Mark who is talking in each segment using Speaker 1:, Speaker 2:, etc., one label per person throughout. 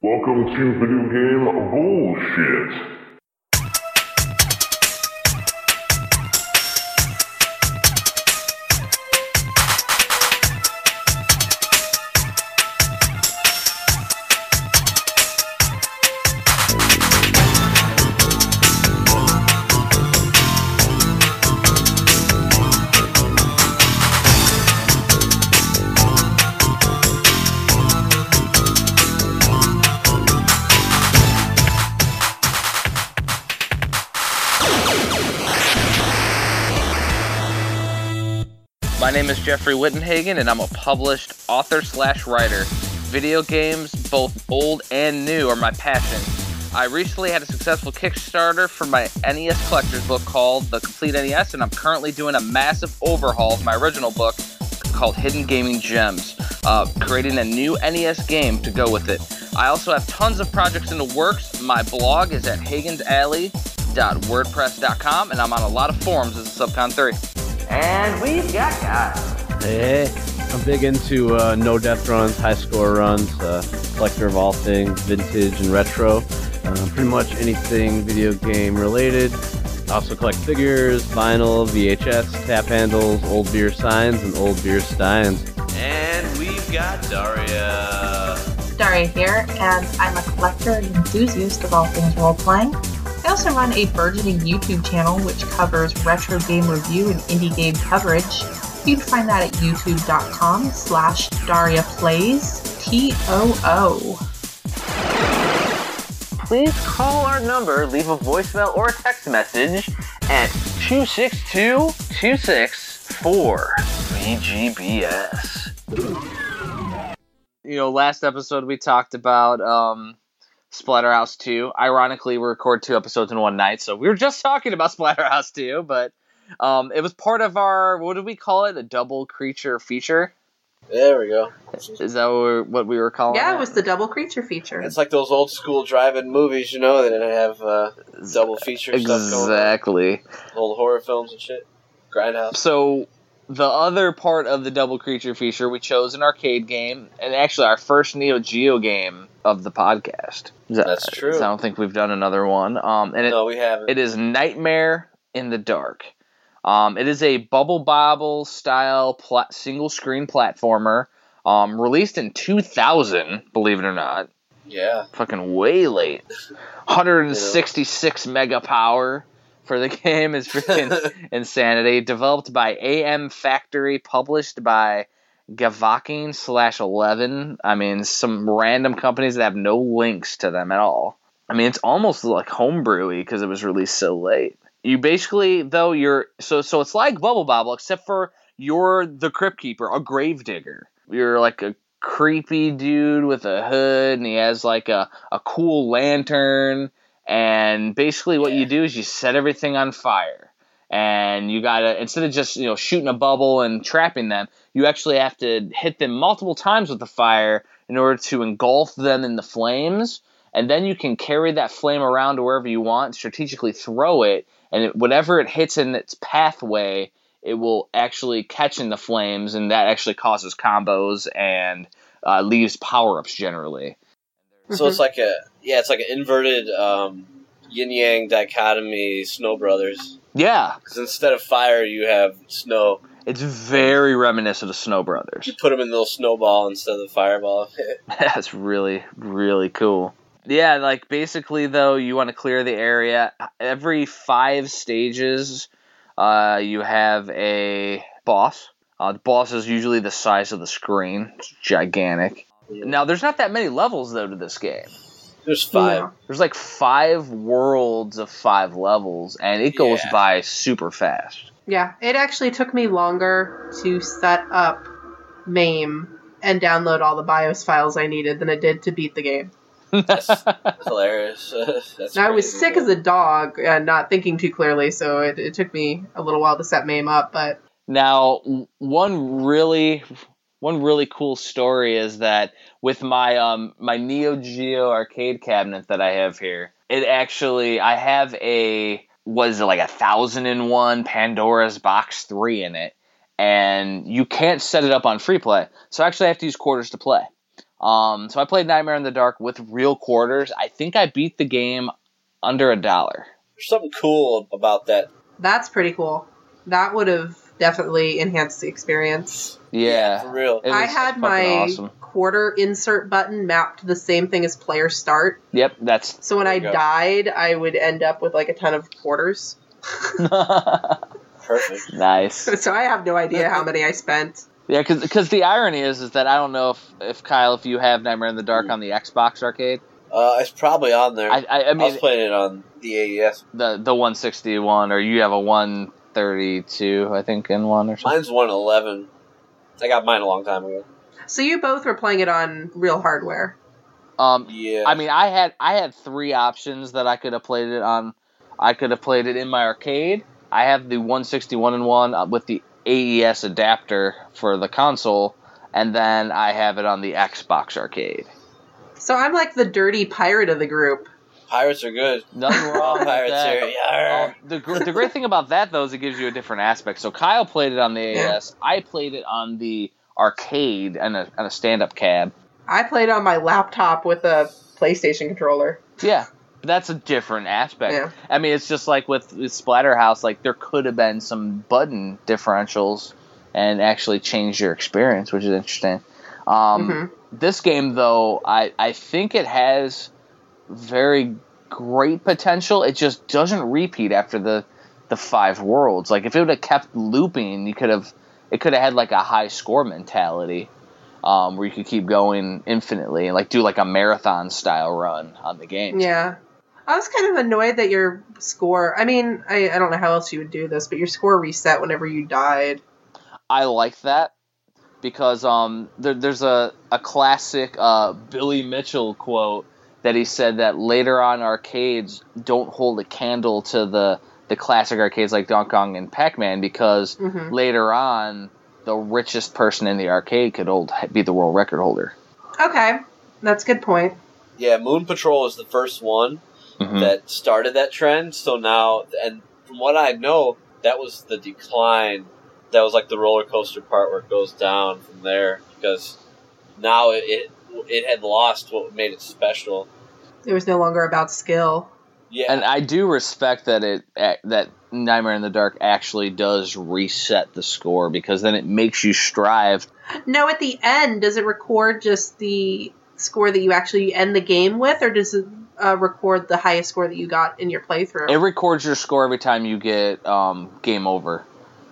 Speaker 1: Welcome to video game bullshit.
Speaker 2: My name is Jeffrey Wittenhagen, and I'm a published author slash writer. Video games, both old and new, are my passion. I recently had a successful Kickstarter for my NES collector's book called The Complete NES, and I'm currently doing a massive overhaul of my original book called Hidden Gaming Gems, uh, creating a new NES game to go with it. I also have tons of projects in the works. My blog is at hagensalley.wordpress.com, and I'm on a lot of forums as a Subcon 3. And we've got guys.
Speaker 3: Hey, I'm big into uh, no death runs, high score runs, uh, collector of all things vintage and retro. Uh, pretty much anything video game related. I also collect figures, vinyl, VHS, tap handles, old beer signs, and old beer steins.
Speaker 4: And we've got Daria.
Speaker 5: Daria here, and I'm a collector and enthusiast of all things role playing. I also run a burgeoning YouTube channel which covers retro game review and indie game coverage. You can find that at youtube.com slash Daria Plays T-O-O.
Speaker 2: Please call our number, leave a voicemail or a text message at 262-264-VGBS. You know, last episode we talked about um, Splatterhouse 2. Ironically, we record two episodes in one night, so we were just talking about Splatterhouse 2, but um, it was part of our, what did we call it? A double creature feature?
Speaker 4: There we go.
Speaker 2: Is that what we were, what we were calling
Speaker 5: Yeah,
Speaker 2: it?
Speaker 5: it was the double creature feature.
Speaker 4: It's like those old school drive-in movies, you know, that didn't have uh, double feature stuff going on.
Speaker 2: Exactly.
Speaker 4: Old horror films and shit. Grindhouse.
Speaker 2: So the other part of the double creature feature, we chose an arcade game, and actually our first Neo Geo game of the podcast. Is that-
Speaker 4: That's true.
Speaker 2: I don't think we've done another one. Um, and it,
Speaker 4: no, we haven't.
Speaker 2: it is Nightmare in the Dark. Um, it is a Bubble Bobble style pla- single screen platformer. Um, released in 2000, believe it or not
Speaker 4: yeah.
Speaker 2: fucking way late. 166 mega power for the game is freaking insanity. Developed by AM Factory, published by Gavakin slash Eleven. I mean, some random companies that have no links to them at all. I mean, it's almost like homebrewy because it was released so late. You basically though you're so so it's like Bubble Bobble except for you're the crypt keeper, a grave digger. You're like a creepy dude with a hood and he has like a, a cool lantern and basically what you do is you set everything on fire and you gotta instead of just you know shooting a bubble and trapping them you actually have to hit them multiple times with the fire in order to engulf them in the flames and then you can carry that flame around to wherever you want strategically throw it and it, whatever it hits in its pathway it will actually catch in the flames, and that actually causes combos and uh, leaves power ups generally.
Speaker 4: So
Speaker 5: Mm-hmm.
Speaker 4: it's like a yeah, it's like an inverted um, yin yang dichotomy. Snow Brothers.
Speaker 2: Yeah,
Speaker 4: Because instead of fire, you have snow.
Speaker 2: it's very reminiscent of Snow
Speaker 4: You
Speaker 2: Brothers.
Speaker 4: put them in the little snowball instead of the fireball.
Speaker 2: That's really, really cool. Yeah, like basically, though, you want to clear the area. Every five stages, uh, you have a boss. Uh, the boss is usually the size of the screen, it's gigantic. Now, there's not that many levels, though, to this game.
Speaker 4: There's five.
Speaker 5: Yeah.
Speaker 2: There's like five worlds of five levels, and it goes
Speaker 4: Yeah.
Speaker 2: by super fast.
Speaker 5: Yeah, it actually took me longer to set up MAME and download all the BIOS files I needed than it did to beat the game.
Speaker 4: That's hilarious. That's
Speaker 5: And I was
Speaker 4: crazy.
Speaker 5: sick as a dog and not thinking too clearly, so it, it took me a little while to set MAME up, but
Speaker 2: Now, w- one really, one really cool story is that with my um my Neo Geo arcade cabinet that I have here, it actually I have a was it like a thousand and one Pandora's Box three in it, and you can't set it up on free play, so I actually have to use quarters to play. Um, so I played Nightmare in the Dark with real quarters. I think I beat the game under a dollar.
Speaker 4: There's something cool about that.
Speaker 5: That's pretty cool. That would have definitely enhanced the experience.
Speaker 2: Yeah.
Speaker 4: for real.
Speaker 2: It
Speaker 5: I
Speaker 2: was
Speaker 5: had
Speaker 2: fucking
Speaker 5: my
Speaker 2: awesome.
Speaker 5: quarter insert button mapped to the same thing as player start.
Speaker 2: Yep, that's
Speaker 5: So when I
Speaker 4: There you go.
Speaker 5: died, I would end up with like a ton of quarters.
Speaker 4: Perfect.
Speaker 2: nice.
Speaker 5: So I have no idea how many I spent.
Speaker 2: Yeah, because the irony is is that I don't know if, if Kyle if you have Nightmare in the Dark on the Xbox arcade.
Speaker 4: Uh, it's probably on there. I,
Speaker 2: I I, I
Speaker 4: was
Speaker 2: mean
Speaker 4: playing it on the E AES.
Speaker 2: the the 161 or you have a 132 I think in one or something.
Speaker 4: Mine's 111. I got mine a long time ago.
Speaker 5: So you both were playing it on real hardware.
Speaker 2: Um,
Speaker 4: Yeah.
Speaker 2: I mean, I had I had three options that I could have played it on. I could have played it in my arcade. I have the 161 and one uh, with the AES adapter for the console, and then I have it on the Xbox arcade.
Speaker 5: So I'm like the dirty pirate of the group.
Speaker 4: Pirates are good.
Speaker 2: Nothing wrong
Speaker 4: All
Speaker 2: with
Speaker 4: pirates
Speaker 2: that.
Speaker 4: are. Yarr.
Speaker 2: Um, the, gr- the great thing about that though is it gives you a different aspect. So Kyle played it on the
Speaker 5: Yeah.
Speaker 2: AES. I played it on the arcade and a, and a stand up cab.
Speaker 5: I played on my laptop with a PlayStation controller.
Speaker 2: Yeah, that's a different aspect.
Speaker 5: Yeah.
Speaker 2: I mean, it's just like with, with Splatterhouse, like there could have been some button differentials and actually changed your experience, which is interesting. Um,
Speaker 5: Mhm.
Speaker 2: This game, though, I, I think it has very great potential. It just doesn't repeat after the, the five worlds. Like, if it would have kept looping, you could have it could have had like a high score mentality um, where you could keep going infinitely and like do like a marathon style run on the game.
Speaker 5: Yeah. I was kind of annoyed that your score. I mean, I, I don't know how else you would do this, but your score reset whenever you died.
Speaker 2: I like that because um, there, there's a, a classic uh, Billy Mitchell quote that he said that later on arcades don't hold a candle to the, the classic arcades like Donkey Kong and Pac Man because
Speaker 5: hmm
Speaker 2: later on the richest person in the arcade could hold, be the world record holder.
Speaker 5: Okay, that's a good point.
Speaker 4: Yeah, Moon Patrol is the first one
Speaker 2: Mhm.
Speaker 4: that started that trend. So now, and from what I know, that was the decline. That was like the roller coaster part where it goes down from there because now it it, it had lost what made it special.
Speaker 5: It was no longer about skill.
Speaker 4: Yeah,
Speaker 2: And I do respect that it that Nightmare in the Dark actually does reset the score because then it makes you strive.
Speaker 5: No, at the end, does it record just the score that you actually end the game with, or does it uh, record the highest score that you got in your playthrough?
Speaker 2: It records your score every time you get um, game over.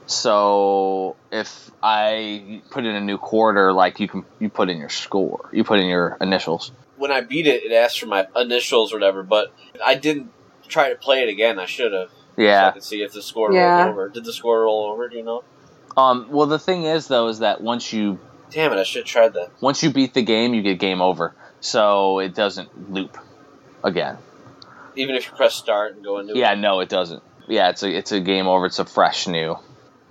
Speaker 2: So if I put in a new quarter, like you can you put in your score, you put in your initials.
Speaker 4: when I beat it, it asked for my initials or whatever, but I didn't try to play it again. I should have. So I
Speaker 2: Yeah.
Speaker 4: could see if the score
Speaker 5: Yeah.
Speaker 4: rolled over. Did the score roll over? Do you know?
Speaker 2: Um. Well, the thing is though, is that once you
Speaker 4: Damn it! I should have tried that.
Speaker 2: once you beat the game, you get game over. So it doesn't loop again.
Speaker 4: Even if you press start and go into it.
Speaker 2: Yeah. No, it doesn't. Yeah. It's a it's a game over. It's a fresh new.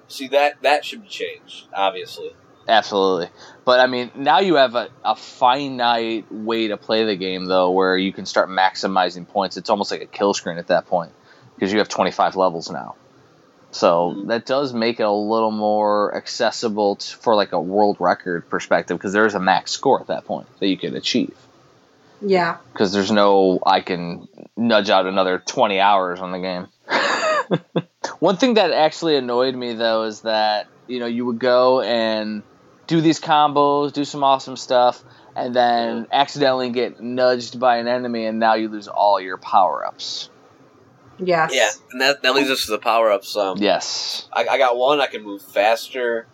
Speaker 4: See that that should be changed, obviously.
Speaker 2: Absolutely. But I mean, now you have a, a finite way to play the game, though, where you can start maximizing points. It's almost like a kill screen at that point because you have 25 levels now. So that does make it a little more accessible t- for like a world record perspective because there is a max score at that point that you can achieve.
Speaker 5: yeah.
Speaker 2: Because there's no, I can nudge out another 20 hours on the game. One thing that actually annoyed me though is that you know you would go and do these combos, do some awesome stuff, and then accidentally get nudged by an enemy, and now you lose all your power ups.
Speaker 5: Yes.
Speaker 4: Yeah, and that, that leads us to the power ups. Um,
Speaker 2: Yes,
Speaker 4: I, I got one. I can move faster.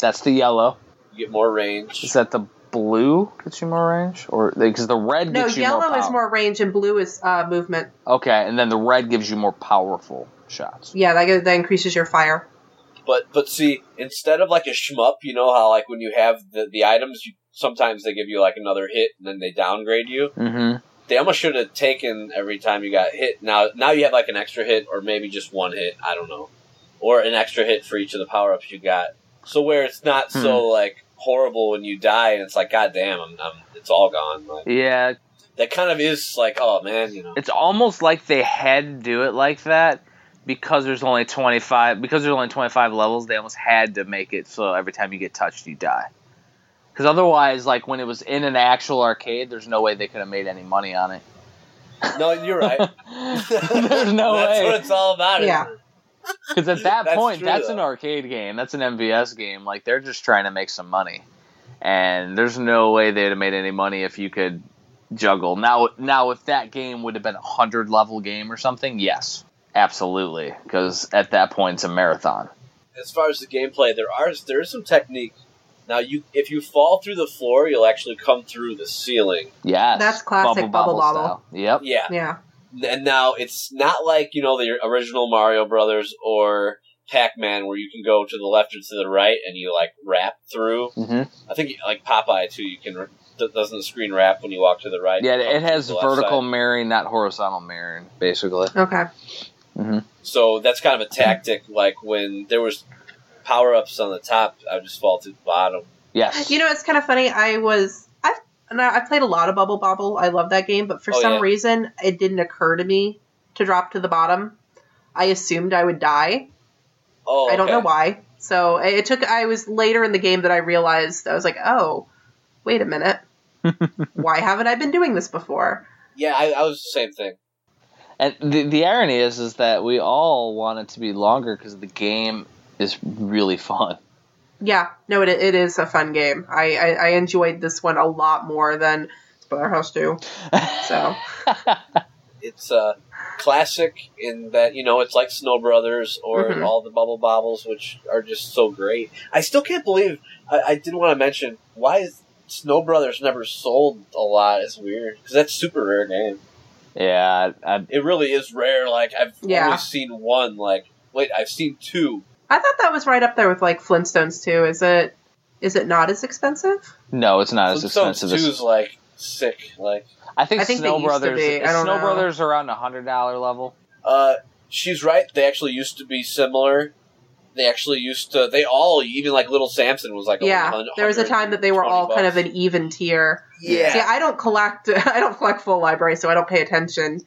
Speaker 2: that's the yellow.
Speaker 4: You get more range.
Speaker 2: Is that the blue gets you more range, or because the red
Speaker 5: No,
Speaker 2: gets you more
Speaker 5: yellow is
Speaker 2: power.
Speaker 5: more range and blue is uh, movement.
Speaker 2: okay, and then the red gives you more powerful shots.
Speaker 5: Yeah, that, that increases your fire.
Speaker 4: But but see, instead of like a shmup, you know how like when you have the the items, you sometimes they give you like another hit and then they downgrade you.
Speaker 2: Mm-hmm.
Speaker 4: They almost should have taken every time you got hit. Now now you have like an extra hit or maybe just one hit. I don't know, or an extra hit for each of the power ups you got. So where it's not
Speaker 2: Hmm.
Speaker 4: so like horrible when you die and it's like god damn, I'm, I'm it's all gone. Like
Speaker 2: Yeah,
Speaker 4: that kind of is like oh man, you know.
Speaker 2: it's almost like they had to do it like that because there's only 25 because there's only 25 levels they almost had to make it so every time you get touched you die Because otherwise, like when it was in an actual arcade, there's no way they could have made any money on it.
Speaker 4: No, you're right.
Speaker 2: there's no
Speaker 4: That's what
Speaker 2: way.
Speaker 4: it's all about. isn't
Speaker 5: Yeah.
Speaker 4: it?
Speaker 2: Because at that
Speaker 4: That's
Speaker 2: point,
Speaker 4: true,
Speaker 2: that's
Speaker 4: though.
Speaker 2: an arcade game. That's an MVS game. Like they're just trying to make some money, and there's no way they'd have made any money if you could juggle. Now, now if that game would have been a hundred level game or something, yes, absolutely. Because at that point, it's a marathon.
Speaker 4: as far as the gameplay, there are there is some technique. Now you, if you fall through the floor, you'll actually come through the ceiling.
Speaker 2: Yes,
Speaker 5: That's classic Bubble Bobble.
Speaker 2: style. Yep.
Speaker 4: Yeah,
Speaker 5: Yeah.
Speaker 4: and now it's not like you know the original Mario Brothers or Pac-Man where you can go to the left or to the right and you like wrap through.
Speaker 2: hmm
Speaker 4: I think like Popeye too. You can th- doesn't the screen wrap when you walk to the right.
Speaker 2: Yeah,
Speaker 4: You come
Speaker 2: it has
Speaker 4: to the left
Speaker 2: vertical
Speaker 4: side.
Speaker 2: mirroring, not horizontal mirroring, basically.
Speaker 5: Okay.
Speaker 4: So that's kind of a tactic. Like when there was power ups on the top, I would just fall to the bottom.
Speaker 2: Yes.
Speaker 5: You know, it's kind of funny. I was I've and I I played a lot of Bubble Bobble. I love that game, but for
Speaker 4: Oh,
Speaker 5: some
Speaker 4: yeah.
Speaker 5: reason, it didn't occur to me to drop to the bottom. I assumed I would die.
Speaker 4: Oh,
Speaker 5: I don't
Speaker 4: okay.
Speaker 5: know why. So it it took. I was later in the game that I realized I was like, oh, wait a minute. why haven't I been doing this before?
Speaker 4: Yeah, I, I was the same thing.
Speaker 2: and the, the irony is, is that we all want it to be longer because the game is really fun.
Speaker 5: Yeah, no, it, it is a fun game. I, I, I enjoyed this one a lot more than Spoiler House 2. So,
Speaker 4: it's uh, classic in that you know it's like Snow Brothers or
Speaker 5: Mhm.
Speaker 4: all the Bubble Bobbles, which are just so great. I still can't believe I, I did want to mention why is Snow Brothers never sold a lot. It's weird because that's a super rare game.
Speaker 2: yeah, I, I-
Speaker 4: It really is rare. Like I've
Speaker 5: Yeah.
Speaker 4: only seen one. Like wait, I've seen two.
Speaker 5: I thought that was right up there with like Flintstones too. Is it is it not as expensive?
Speaker 2: no, it's not as
Speaker 4: Flintstones
Speaker 2: expensive
Speaker 4: two
Speaker 2: as.
Speaker 4: is like sick. Like
Speaker 2: I think,
Speaker 5: I think they
Speaker 2: Snow
Speaker 5: used to
Speaker 2: Brothers.
Speaker 5: be.
Speaker 2: is
Speaker 5: I don't
Speaker 2: Snow
Speaker 5: know.
Speaker 2: Brothers around a hundred dollar level.
Speaker 4: uh, she's right. They actually used to be similar. They actually used to. They all even like Little Samson was like
Speaker 5: yeah,
Speaker 4: 100,
Speaker 5: there was a time that they were all
Speaker 4: 120
Speaker 5: kind of
Speaker 4: bucks.
Speaker 5: an even tier.
Speaker 4: yeah.
Speaker 5: See, I don't collect, I don't collect full library, so I don't pay attention.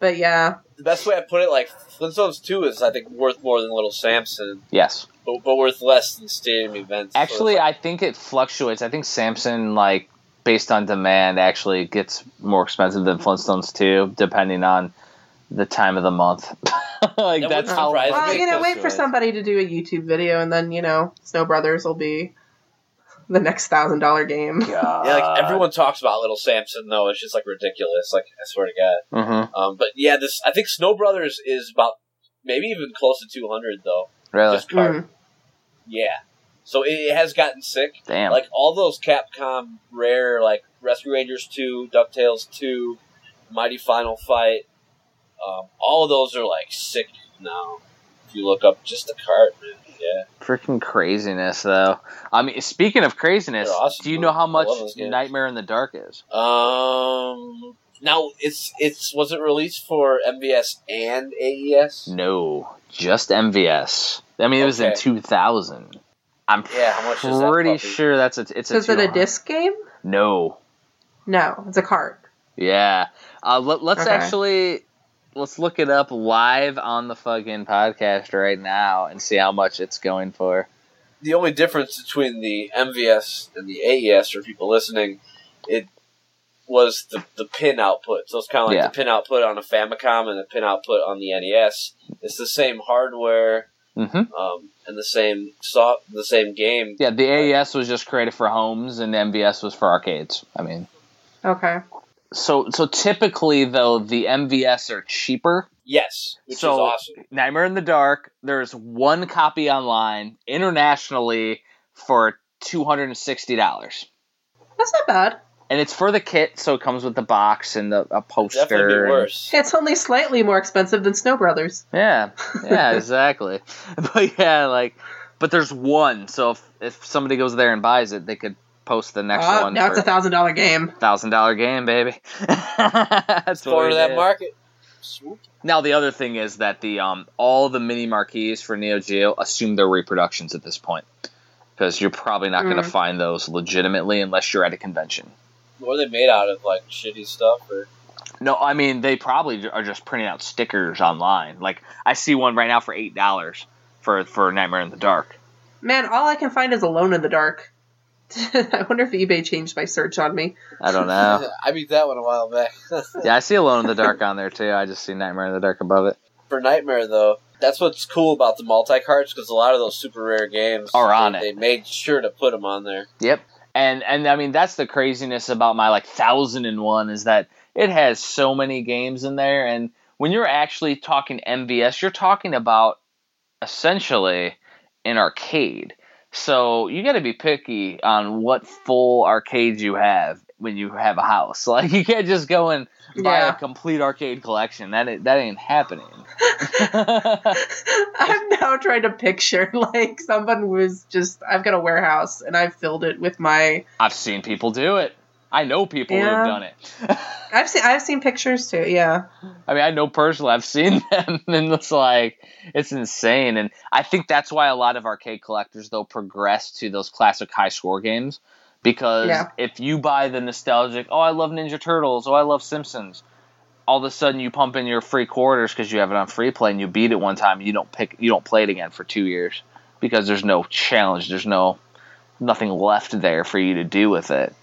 Speaker 5: But yeah,
Speaker 4: the best way I put it, like Flintstones Two is I think worth more than Little Samson,
Speaker 2: Yes,
Speaker 4: but, but worth less than stadium events. So
Speaker 2: actually,
Speaker 4: it's
Speaker 2: I think it fluctuates. I think Samson, like based on demand, actually gets more expensive than Flintstones too, depending on the time of the month. like
Speaker 4: That
Speaker 2: that's
Speaker 4: wouldn't
Speaker 2: how
Speaker 4: surprise
Speaker 5: well,
Speaker 4: me.
Speaker 5: you know,
Speaker 4: close
Speaker 5: wait
Speaker 4: to
Speaker 5: for
Speaker 4: it.
Speaker 5: somebody to do a YouTube video, and then you know, Snow Brothers will be the next thousand dollar game.
Speaker 4: like- yeah,
Speaker 2: uh,
Speaker 4: like everyone talks about Little Samson though, it's just like ridiculous. Like I swear to God.
Speaker 2: hmm
Speaker 4: Um, but yeah, this I think Snow Brothers is about maybe even close to two hundred though.
Speaker 2: Really?
Speaker 4: This part,
Speaker 5: Mm.
Speaker 4: yeah. So it, it has gotten sick.
Speaker 2: Damn.
Speaker 4: Like all those Capcom rare, like Rescue Rangers Two, Ducktales Two, Mighty Final Fight. Um, all of those are like sick now. If you look up just the cart, man, yeah.
Speaker 2: Freaking craziness, though. I mean, speaking of craziness,
Speaker 4: They're awesome.
Speaker 2: do you know how
Speaker 4: I
Speaker 2: much
Speaker 4: love those games.
Speaker 2: Nightmare in the Dark is?
Speaker 4: Um, now it's it's was it released for MVS and E AES?
Speaker 2: No, just MVS. I mean, it was in
Speaker 4: Okay.
Speaker 2: 2000. I'm
Speaker 4: Yeah, how much is that
Speaker 2: Mm. pretty
Speaker 4: puppy?
Speaker 2: sure that's a, it's a.
Speaker 5: So is it a
Speaker 2: 200.
Speaker 5: disc game?
Speaker 2: No.
Speaker 5: No, it's a cart.
Speaker 2: Yeah. Uh, let, let's
Speaker 5: Okay.
Speaker 2: actually let's look it up live on the fucking podcast right now and see how much it's going for.
Speaker 4: The only difference between the MVS and the AES, for people listening, it was the the pin output. So it's kind of like
Speaker 2: Yeah.
Speaker 4: the pin output on a Famicom and the pin output on the NES. It's the same hardware
Speaker 2: hmm
Speaker 4: um, and the same soft, the same game.
Speaker 2: Yeah, the AES was just created for homes, and MVS was for arcades. I mean.
Speaker 5: Okay.
Speaker 2: So so typically though the MVS are cheaper.
Speaker 4: Yes, which
Speaker 2: So-
Speaker 4: is awesome.
Speaker 2: Nightmare in the Dark, there's one copy online internationally for $260.
Speaker 5: That's not bad.
Speaker 2: And it's for the kit, so it comes with the box and the a poster.
Speaker 4: Definitely be
Speaker 2: and-
Speaker 4: worse.
Speaker 5: It's only slightly more expensive than Snow Brothers.
Speaker 2: Yeah, yeah, exactly. but yeah, like, but there's one. So if, if somebody goes there and buys it, they could post the next
Speaker 5: Oh,
Speaker 2: one
Speaker 5: now it's a
Speaker 2: for
Speaker 5: thousand dollar game.
Speaker 2: thousand dollar game, baby. That's what
Speaker 4: Corner
Speaker 2: we
Speaker 4: that
Speaker 2: did.
Speaker 4: market. Swoop.
Speaker 2: Now the other thing is that the um all the mini marquees for Neo Geo assume they're reproductions at this point because you're probably not going to
Speaker 5: Mm.
Speaker 2: find those legitimately unless you're at a convention.
Speaker 4: What are they made out of? Like shitty stuff, or
Speaker 2: No, I mean they probably are just printing out stickers online. Like I see one right now for eight dollars for for Nightmare in the Dark.
Speaker 5: Man, all I can find is Alone in the Dark. I wonder if eBay changed my search on me.
Speaker 2: I don't know.
Speaker 4: I beat that one a while back.
Speaker 2: Yeah, I see Alone in the Dark on there too. I just see Nightmare in the Dark above it.
Speaker 4: For Nightmare, though, that's what's cool about the multi carts because a lot of those super rare games
Speaker 2: Are on
Speaker 4: they,
Speaker 2: it.
Speaker 4: They made sure to put them on there.
Speaker 2: Yep. And and I mean that's the craziness about my like thousand and one is that it has so many games in there and when you're actually talking MVS, you're talking about essentially an arcade. So you gotta be picky on what full arcades you have when you have a house. Like you can't just go and buy a
Speaker 5: Yeah.
Speaker 2: complete arcade collection. That ain't, that ain't happening.
Speaker 5: I'm now trying to picture like someone was just I've got a warehouse and I've filled it with my
Speaker 2: I've seen people do it. I know people who
Speaker 5: Yeah.
Speaker 2: have done it.
Speaker 5: I've seen I've seen pictures too, yeah.
Speaker 2: I mean, I know personally, I've seen them, and it's like it's insane. And I think that's why a lot of arcade collectors though progress to those classic high score games because
Speaker 5: Yeah.
Speaker 2: if you buy the nostalgic, oh, I love Ninja Turtles, oh, I love Simpsons, all of a sudden you pump in your free quarters because you have it on free play and you beat it one time, you don't pick, you don't play it again for two years because there's no challenge, there's no nothing left there for you to do with it.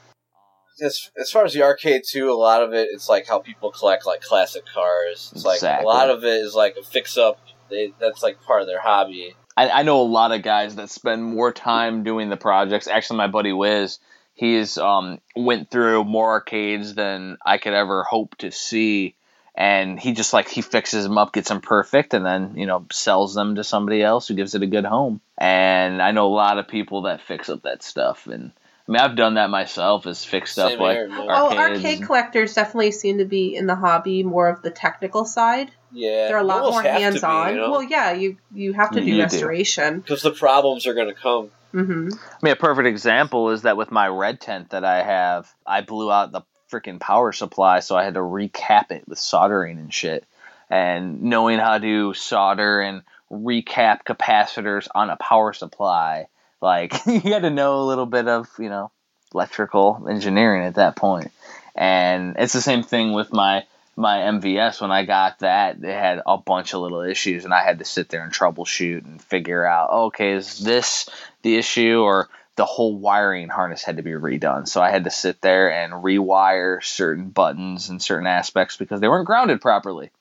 Speaker 4: As, as far as the arcade, too, a lot of it, it's like how people collect like classic cars. It's like
Speaker 2: Exactly.
Speaker 4: a lot of it is like a fix up. They, that's like part of their hobby.
Speaker 2: I, I know a lot of guys that spend more time doing the projects. Actually, my buddy Wiz, he's um, went through more arcades than I could ever hope to see, and he just like he fixes them up, gets them perfect, and then you know sells them to somebody else who gives it a good home. And I know a lot of people that fix up that stuff, and I mean I've done that myself. Is fixed
Speaker 4: Same
Speaker 2: up like
Speaker 4: here, man.
Speaker 5: Oh,
Speaker 2: Arcades.
Speaker 5: arcade collectors definitely seem to be in the hobby more of the technical side.
Speaker 4: Yeah.
Speaker 5: They're a lot more hands on. Well,
Speaker 4: Because
Speaker 5: yeah, you you have to do
Speaker 2: You do.
Speaker 5: restoration.
Speaker 4: the problems are going to come.
Speaker 5: hmm
Speaker 2: I mean, a perfect example is that with my red tent that I have, I blew out the freaking power supply, so I had to recap it with soldering and shit. And knowing how to solder and recap capacitors on a power supply, like, you had to know a little bit of, you know, electrical engineering at that point. And it's the same thing with my my MVS when I got that, it had a bunch of little issues, and I had to sit there and troubleshoot and figure out, oh, okay, is this the issue, or the whole wiring harness had to be redone? So I had to sit there and rewire certain buttons and certain aspects because they weren't grounded properly.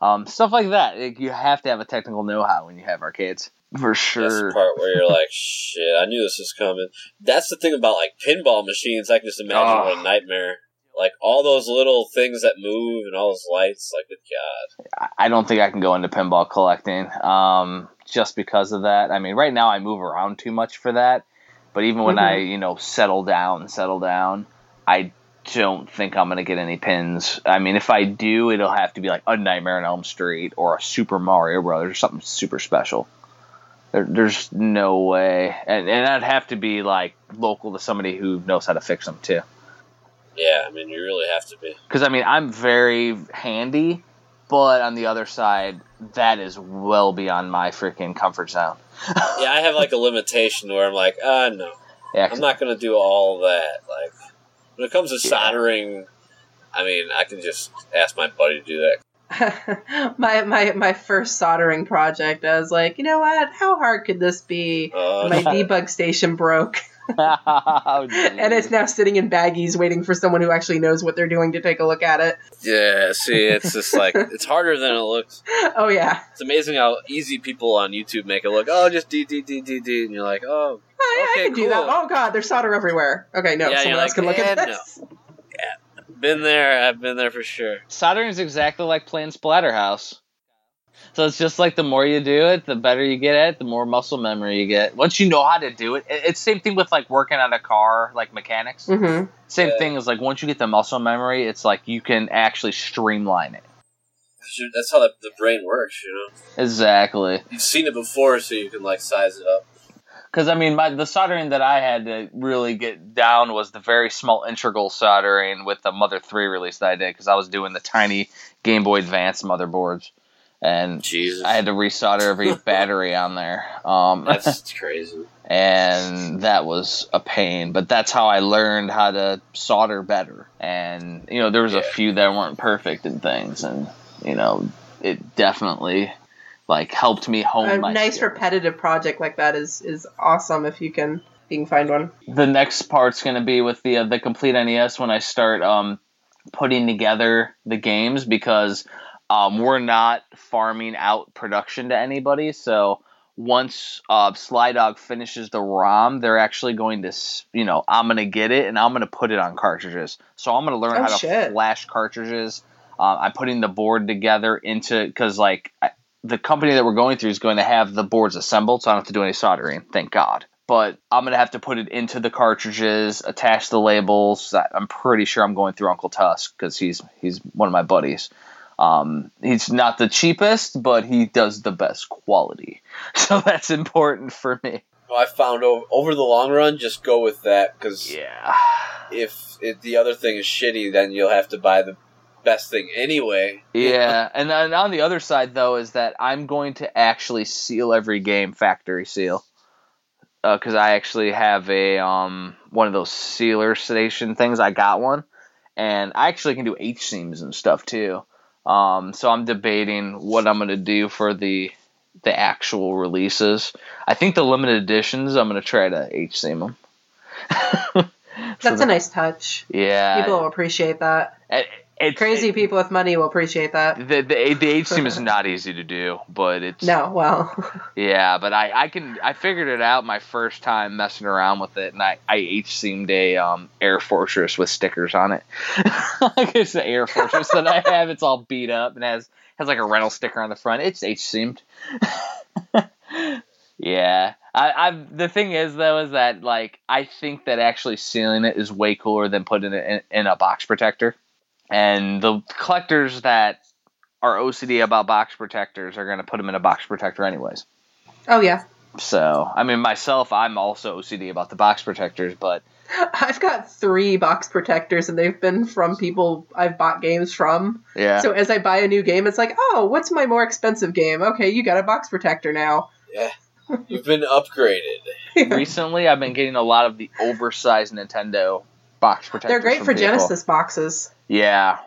Speaker 2: Um, stuff like that. Like, you have to have a technical know-how when you have arcades, for
Speaker 4: That's the
Speaker 2: sure.
Speaker 4: part where you're like, shit, I knew this was coming. That's the thing about like pinball machines. I can just imagine
Speaker 2: Ah.
Speaker 4: what a nightmare. Like all those little things that move and all those lights. Like, good God.
Speaker 2: I- I don't think I can go into pinball collecting um, just because of that. I mean, right now I move around too much for that. But even when I, you know, settle down, settle down, I don't think I'm going to get any pins. I mean, if I do, it'll have to be like a Nightmare on Elm Street or a Super Mario Brothers or something super special. There, there's no way. And, and I'd have to be like local to somebody who knows how to fix them too
Speaker 4: Yeah, I mean, you really have to be.
Speaker 2: because I mean I'm very handy, but on the other side, that is well beyond my freaking comfort zone.
Speaker 4: Yeah, I have like a limitation where I'm like, ah, no,
Speaker 2: Yeah,
Speaker 4: I'm not going to do all that. Like, when it comes to
Speaker 2: Yeah.
Speaker 4: soldering, I mean, I can just ask my buddy to do that.
Speaker 5: my my my first soldering project, I was like, you know what? How hard could this be?
Speaker 4: Uh,
Speaker 5: My debug station broke,
Speaker 2: Oh,
Speaker 5: and it's
Speaker 2: geez.
Speaker 5: now sitting in baggies, waiting for someone who actually knows what they're doing to take a look at it.
Speaker 4: yeah, see, it's just like it's harder than it looks.
Speaker 5: Oh yeah,
Speaker 4: It's amazing how easy people on YouTube make it look. Oh, just d d d d d, and you're like, oh,
Speaker 5: I, I
Speaker 4: Okay,
Speaker 5: can do that.
Speaker 4: cool.
Speaker 5: Oh god, there's solder everywhere. Okay, no,
Speaker 4: Yeah,
Speaker 5: someone
Speaker 4: you're
Speaker 5: else
Speaker 4: like,
Speaker 5: can look at
Speaker 4: "Eh,
Speaker 5: this.
Speaker 4: been there. I've been there for sure.
Speaker 2: soldering is exactly like playing Splatterhouse. So it's just like the more you do it, the better you get at it, the more muscle memory you get. Once you know how to do it, it- it's same thing with like working on a car, like mechanics.
Speaker 5: Mm-hmm.
Speaker 2: Same
Speaker 4: Yeah.
Speaker 2: thing is like once you get the muscle memory, it's like you can actually streamline it.
Speaker 4: That's how the, the brain works, you know.
Speaker 2: Exactly.
Speaker 4: You've seen it before, so you can like size it up.
Speaker 2: Because I mean, my the soldering that I had to really get down was the very small integral soldering with the Mother Three release that I did because I was doing the tiny Game Boy Advance motherboards, and
Speaker 4: Jesus,
Speaker 2: I had to resolder every battery on there. Um,
Speaker 4: that's crazy.
Speaker 2: and that was a pain. But that's how I learned how to solder better. And you know, there was a
Speaker 4: Yeah.
Speaker 2: few that weren't perfect and things, and you know, it definitely like helped me hone
Speaker 5: A
Speaker 2: Oh, my
Speaker 5: nice
Speaker 2: skills.
Speaker 5: repetitive project like that is is awesome if you can you can find one.
Speaker 2: the next part's going to be with the uh, the complete NES when I start um, putting together the games because um, we're not farming out production to anybody. So once uh, Sly Dog finishes the ROM, they're actually going to s- you know I'm going to get it and I'm going to put it on cartridges. So I'm going to learn
Speaker 5: Oh,
Speaker 2: how to
Speaker 5: shit.
Speaker 2: flash cartridges. Uh, I'm putting the board together into because like I, the company that we're going through is going to have the boards assembled, so I don't have to do any soldering. Thank God. But I'm gonna have to put it into the cartridges, attach the labels. I- I'm pretty sure I'm going through Uncle Tusk because he's he's one of my buddies. Um, he's not the cheapest, but he does the best quality, so that's important for me.
Speaker 4: Well, I found over, over the long run, just go with that because
Speaker 2: Yeah,
Speaker 4: if it, the other thing is shitty, then you'll have to buy the best thing anyway.
Speaker 2: yeah. And then on the other side though is that I'm going to actually seal every game factory seal. because I actually have a um one of those sealer station things. I got one, and I actually can do H seams and stuff too. Um, so I'm debating what I'm gonna do for the the actual releases. I think the limited editions I'm gonna try to H seam them.
Speaker 5: That's a nice touch.
Speaker 2: yeah.
Speaker 5: People will appreciate that.
Speaker 2: it- Uh, it's-
Speaker 5: Crazy
Speaker 2: it-
Speaker 5: people with money will appreciate that.
Speaker 2: the the the H seam is not easy to do, but it's
Speaker 5: No, well,
Speaker 2: Yeah, but I, I can I figured it out my first time messing around with it, and I I H seamed a um, Air Fortress with stickers on it. it's the Air Fortress that I have. It's all beat up and has has like a rental sticker on the front. It's H seamed. yeah, I, I the thing is though is that like I think that actually sealing it is way cooler than putting it in, in a box protector, and the collectors that are OCD about box protectors are going to put them in a box protector anyways.
Speaker 5: oh yeah.
Speaker 2: So, I mean, myself, I'm also OCD about the box protectors, but
Speaker 5: I've got three box protectors, and they've been from people I've bought games from.
Speaker 2: yeah,
Speaker 5: So as I buy a new game, it's like, oh, what's my more expensive game? Okay, you got a box protector now.
Speaker 4: You've been upgraded.
Speaker 2: recently I've been getting a lot of the oversized Nintendo box protectors.
Speaker 5: They're great
Speaker 2: from
Speaker 5: for
Speaker 2: people.
Speaker 5: Genesis boxes.
Speaker 2: Yeah,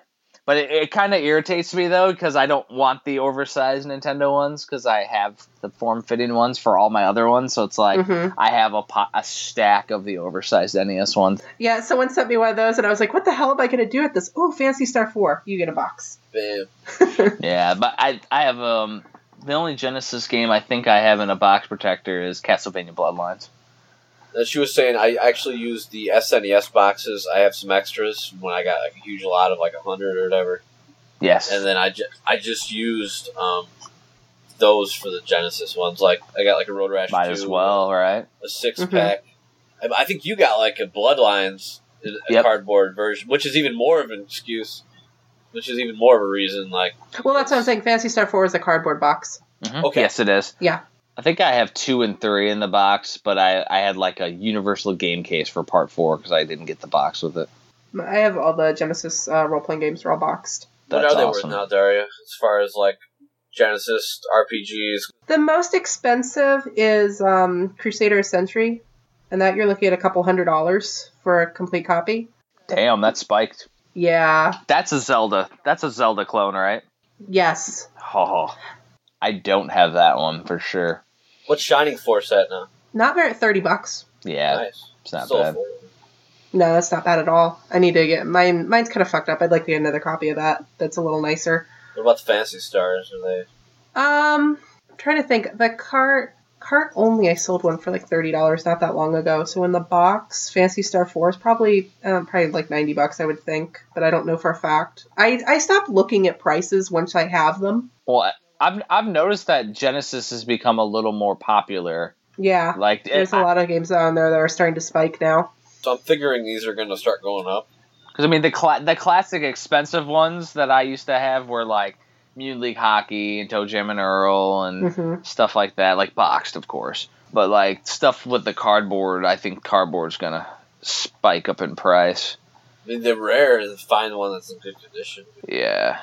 Speaker 2: but it, it kind of irritates me though because I don't want the oversized Nintendo ones because I have the form fitting ones for all my other ones. So it's like
Speaker 5: Mhm.
Speaker 2: I have a, po- a stack of the oversized NES ones.
Speaker 5: Yeah, someone sent me one of those, and I was like, what the hell am I going to do with this? Oh, Fancy Star 4. You get a box.
Speaker 4: Bam.
Speaker 2: Yeah, but I I have um the only Genesis game I think I have in a box protector is Castlevania Bloodlines.
Speaker 4: And she was saying I actually used the SNES boxes. I have some extras when I got like, a huge lot of like a hundred or whatever,
Speaker 2: Yes.
Speaker 4: and then I just I just used um, those for the Genesis ones. Like I got like a Road Rash.
Speaker 2: Might
Speaker 4: 2,
Speaker 2: as well, right?
Speaker 4: a 6
Speaker 5: Mhm.
Speaker 4: pack. I I think you got like a Bloodlines a
Speaker 2: Yep.
Speaker 4: cardboard version, which is even more of an excuse, which is even more of a reason. Like
Speaker 5: Well, that's what I'm saying. Fancy Star 4 is a cardboard box.
Speaker 4: Okay.
Speaker 2: Mm-hmm. Yes, it is.
Speaker 5: Yeah.
Speaker 2: I think I have two and three in the box, but I, I had like a universal game case for part four because I didn't get the box with it.
Speaker 5: I have all the Genesis uh, role playing games, they're all boxed.
Speaker 4: what
Speaker 2: That's
Speaker 4: are they
Speaker 2: awesome.
Speaker 4: worth now, Daria? As far as like Genesis RPGs,
Speaker 5: The most expensive is um, Crusader Century, and that you're looking at a couple hundred dollars for a complete copy.
Speaker 2: Damn, that spiked.
Speaker 5: Yeah.
Speaker 2: That's a Zelda. That's a Zelda clone, right?
Speaker 5: Yes.
Speaker 2: Oh, I don't have that one for sure.
Speaker 4: what's Shining Force at now?
Speaker 5: Not very 30 bucks.
Speaker 2: Yeah,
Speaker 4: nice,
Speaker 2: it's not
Speaker 4: Still
Speaker 2: bad.
Speaker 4: affordable.
Speaker 5: No, that's not bad at all. I need to get mine. Mine's kind of fucked up. I'd like to get another copy of that. That's a little nicer.
Speaker 4: What about the Fantasy Stars? Are they?
Speaker 5: Um, I'm trying to think. The cart cart only I sold one for like thirty dollars not that long ago. So in the box, Fancy Star Four is probably um, probably like ninety bucks I would think, but I don't know for a fact. I I stopped looking at prices once I have them.
Speaker 2: Well, I've I've noticed that Genesis has become a little more popular.
Speaker 5: Yeah,
Speaker 2: Like
Speaker 5: there's a lot of games on there that are starting to spike now.
Speaker 4: So I'm figuring these are going to start going up.
Speaker 2: Because I mean, the cla the classic expensive ones that I used to have were like Mune League Hockey and Toe Jam and Earl and
Speaker 5: hmm
Speaker 2: stuff like that, like boxed, of course. But like stuff with the cardboard, I think cardboard's gonna spike up in price.
Speaker 4: I mean, they're rare to find one that's in good condition.
Speaker 2: Yeah,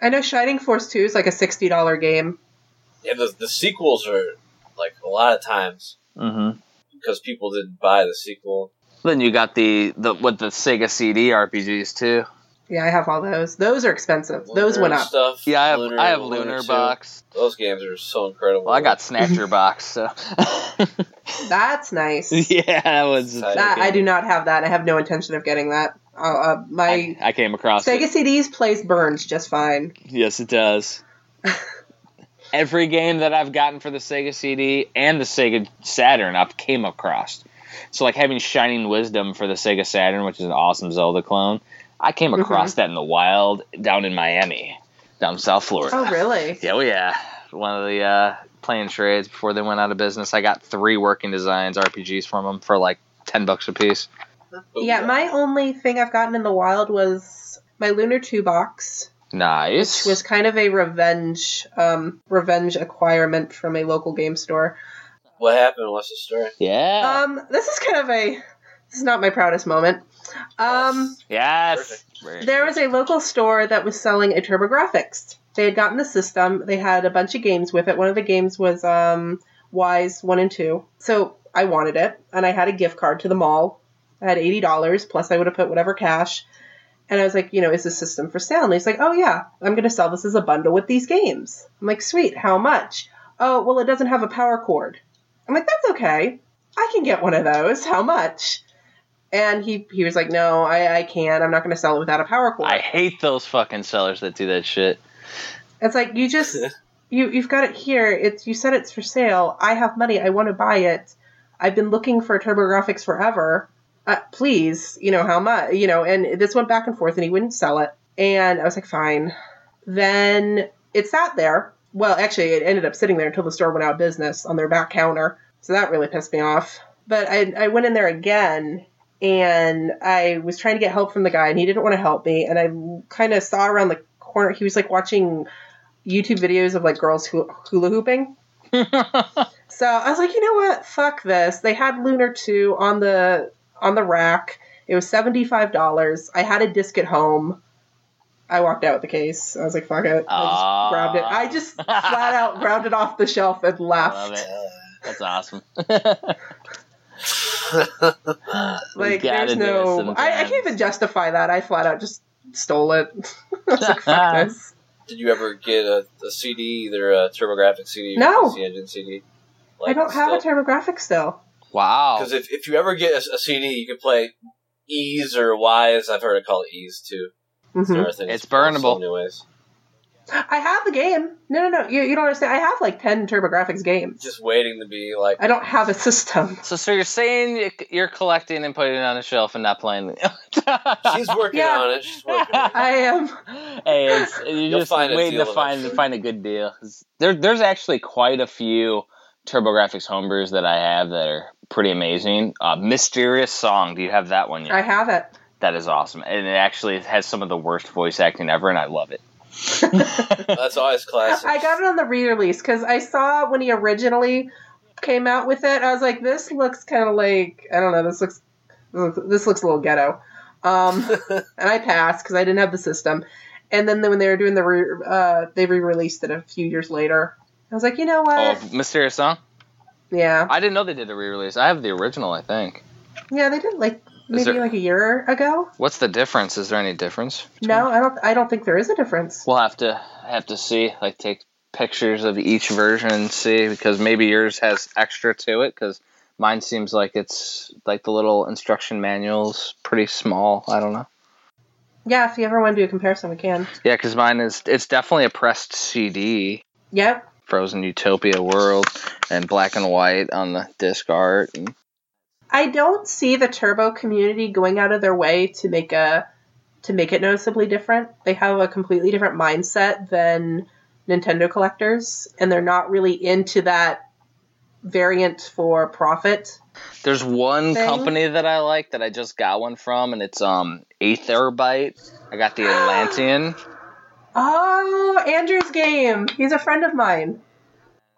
Speaker 5: I know Shining Force Two is like a sixty dollar game.
Speaker 4: Yeah, the, the sequels are like a lot of times
Speaker 2: mm-hmm.
Speaker 4: because people didn't buy the sequel.
Speaker 2: Then you got the the with the Sega CD RPGs too.
Speaker 5: Yeah, I have all those. Those are expensive. Those went
Speaker 4: Lunar
Speaker 5: up.
Speaker 4: Stuff,
Speaker 2: Yeah, I have
Speaker 4: Lunar,
Speaker 2: I have
Speaker 4: Lunar
Speaker 2: Lunar
Speaker 4: 2.
Speaker 2: Box.
Speaker 4: Those games are so incredible.
Speaker 2: Well, I got Snatcher Box. So
Speaker 5: That's nice.
Speaker 2: yeah, that was.
Speaker 4: Exciting.
Speaker 5: That I do not have that. I have no intention of getting that. Uh, uh,
Speaker 2: I,
Speaker 5: my
Speaker 2: I came across
Speaker 5: Sega
Speaker 2: it.
Speaker 5: CDs plays Burns just fine.
Speaker 2: Yes, it does. Every game that I've gotten for the Sega CD and the Sega Saturn, I've came across. So like having Shining Wisdom for the Sega Saturn, which is an awesome Zelda clone, I came
Speaker 5: Mm-hmm.
Speaker 2: across that in the wild down in Miami, down South Florida.
Speaker 5: Oh, really?
Speaker 2: Yeah, well, yeah. One of the uh, playing trades before they went out of business. I got three working designs RPGs from them for like ten bucks a piece.
Speaker 5: Yeah, my only thing I've gotten in the wild was my Lunar 2 box,
Speaker 2: Nice.
Speaker 5: which was kind of a revenge um, revenge acquirement from a local game store.
Speaker 4: What happened? What's the story?
Speaker 2: yeah.
Speaker 5: Um, this is kind of a this is not my proudest moment. Um,
Speaker 2: yes.
Speaker 5: There was a local store that was selling a TurboGrafx. They had gotten the system. They had a bunch of games with it. One of the games was um, Wise One and Two. So I wanted it, and I had a gift card to the mall. I had eighty dollars plus I would have put whatever cash. And I was like, you know, is the system for sale? And he's like, oh yeah, I'm going to sell this as a bundle with these games. I'm like, sweet. How much? Oh well, it doesn't have a power cord. I'm like, that's okay. I can get one of those. How much? And he, he was like, no, I, I can't. I'm not going to sell it without a power cord.
Speaker 2: I hate those fucking sellers that do that shit.
Speaker 5: It's like you just you you've got it here. It's you said it's for sale. I have money. I want to buy it. I've been looking for TurboGrafx forever. Uh, please, you know how much, you know. And this went back and forth, and he wouldn't sell it. And I was like, fine. Then it sat there. Well, actually, it ended up sitting there until the store went out of business on their back counter. So that really pissed me off. But I, I went in there again and I was trying to get help from the guy, and he didn't want to help me. And I kind of saw around the corner, he was like watching YouTube videos of like girls hu- hula hooping. so I was like, you know what? Fuck this. They had Lunar 2 on the on the rack. It was seventy five dollars. I had a disc at home. I walked out with the case. I was like, fuck it. I just
Speaker 2: Ah.
Speaker 5: grabbed it. I just flat out grabbed it off the shelf and left.
Speaker 2: Love it. That's awesome. We
Speaker 5: Like
Speaker 2: gotta do
Speaker 5: there's
Speaker 2: it
Speaker 5: no I, I
Speaker 2: sometimes.
Speaker 5: can't even justify that. I flat out just stole it. I was like, fuck this.
Speaker 4: Did you ever get a, a CD, either a TurboGrafx CD or
Speaker 5: No.
Speaker 4: a PC Engine CD?
Speaker 5: I don't have a Oh. TurboGrafx still.
Speaker 2: Wow.
Speaker 4: Because if, if you ever get a, a CD, you can play Ease or Wise. I've heard it called Ease too.
Speaker 5: Mhm.
Speaker 4: Another thing
Speaker 2: It's
Speaker 4: that's called
Speaker 2: burnable.
Speaker 4: so many ways.
Speaker 5: I have the game. No, no, no. You, you don't understand. I have like 10 TurboGrafx games.
Speaker 4: Just waiting to be like.
Speaker 5: I don't have a system.
Speaker 2: So, so you're saying you- you're collecting and putting it on a shelf and not playing it?
Speaker 4: She's working
Speaker 5: Yeah.
Speaker 4: on it. She's working. on it.
Speaker 5: I am.
Speaker 2: hey, it's, you're
Speaker 4: You'll
Speaker 2: just
Speaker 4: find a
Speaker 2: waiting to
Speaker 4: deal
Speaker 2: find
Speaker 4: eventually.
Speaker 2: find a good deal. There, there's actually quite a few TurboGrafx homebrews that I have that are pretty amazing. Uh, Mysterious Song, do you have that one yet?
Speaker 5: I have it.
Speaker 2: that is awesome, and it actually has some of the worst voice acting ever, and I love it.
Speaker 4: That's always classic.
Speaker 5: I got it on the re release because I saw when he originally came out with it, I was like, this looks kind of like, I don't know, this looks, this looks a little ghetto. Um, and I passed because I didn't have the system. And then when they were doing the, re- uh, they re released it a few years later. I was like, you know what?
Speaker 2: oh, Mysterious Song.
Speaker 5: Yeah.
Speaker 2: I didn't know they did a re-release. I have the original, I think.
Speaker 5: Yeah, they did like maybe
Speaker 2: there-
Speaker 5: like a year ago.
Speaker 2: What's the difference? Is there any difference?
Speaker 5: No, I don't. I don't think there is a difference.
Speaker 2: We'll have to have to see, like take pictures of each version and see because maybe yours has extra to it because mine seems like it's like the little instruction manual's pretty small. I don't know.
Speaker 5: Yeah, if you ever want to do a comparison, we can.
Speaker 2: Yeah, because mine is it's definitely a pressed CD,
Speaker 5: Yep.
Speaker 2: Frozen Utopia World, and black and white on the disc art. And
Speaker 5: I don't see the turbo community going out of their way to make a to make it noticeably different. They have a completely different mindset than Nintendo collectors, and they're not really into that variant for profit.
Speaker 2: there's one
Speaker 5: Thing?
Speaker 2: company that I like that I just got one from, and it's um Aetherbyte. I got the Atlantean.
Speaker 5: Oh, Andrew's game. He's a friend of mine.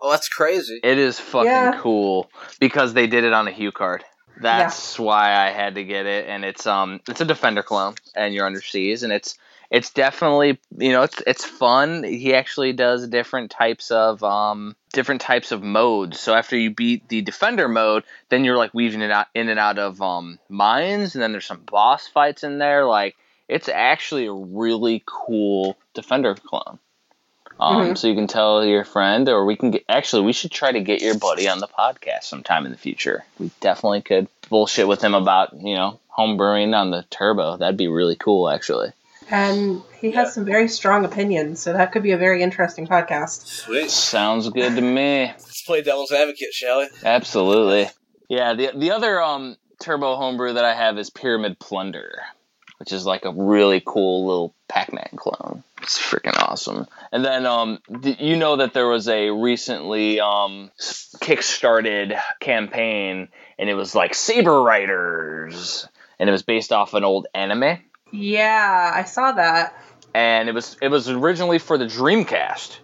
Speaker 4: Oh, that's crazy.
Speaker 2: It is fucking
Speaker 5: Yeah.
Speaker 2: cool because they did it on a Hue card. That's why I had to get it, and it's um, it's a defender clone, and you're under seas, and it's it's definitely you know it's it's fun. He actually does different types of um different types of modes. So after you beat the defender mode, then you're like weaving it out in and out of um mines, and then there's some boss fights in there. Like it's actually a really cool Defender clone. Um,
Speaker 5: Mhm.
Speaker 2: So you can tell your friend, or we can get, actually, we should try to get your buddy on the podcast sometime in the future. We definitely could bullshit with him about, you know, home brewing on the turbo. That'd be really cool, actually.
Speaker 5: And he
Speaker 4: Yeah.
Speaker 5: has some very strong opinions, so that could be a very interesting podcast.
Speaker 4: Sweet.
Speaker 2: Sounds good to me.
Speaker 4: Let's play devil's advocate, shall we?
Speaker 2: Absolutely. Yeah, the the other um turbo homebrew that I have is Pyramid Plunder, which is like a really cool little Pac-Man clone. It's freaking awesome. And then um d- you know that there was a recently um s- kickstarted campaign and it was like Saber Riders and it was based off an old anime
Speaker 5: Yeah, I saw that.
Speaker 2: and it was it was originally for the Dreamcast.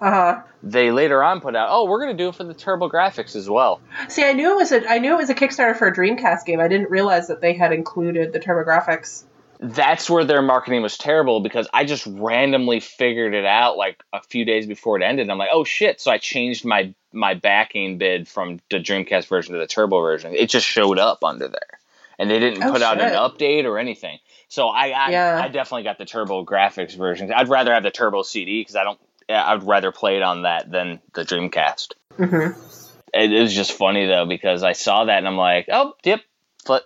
Speaker 5: Uh
Speaker 2: They later on put out, "Oh, we're going to do it for the Turbo Graphics as well."
Speaker 5: huh. See, I knew it was a I knew it was a Kickstarter for a Dreamcast game. I didn't realize that they had included the TurboGrafx.
Speaker 2: that's where their marketing was terrible because I just randomly figured it out like a few days before it ended. I'm like, oh shit! So I changed my my backing bid from the Dreamcast version to the Turbo version. It just showed up under there, and they didn't
Speaker 5: Oh,
Speaker 2: put out an
Speaker 5: shit.
Speaker 2: update or anything. So I I,
Speaker 5: Yeah.
Speaker 2: I definitely got the Turbo Graphics version. I'd rather have the Turbo CD because I don't. I'd rather play it on that than the Dreamcast
Speaker 5: Mm-hmm.
Speaker 2: it, it was just funny though because I saw that and I'm like, oh, yep, flip.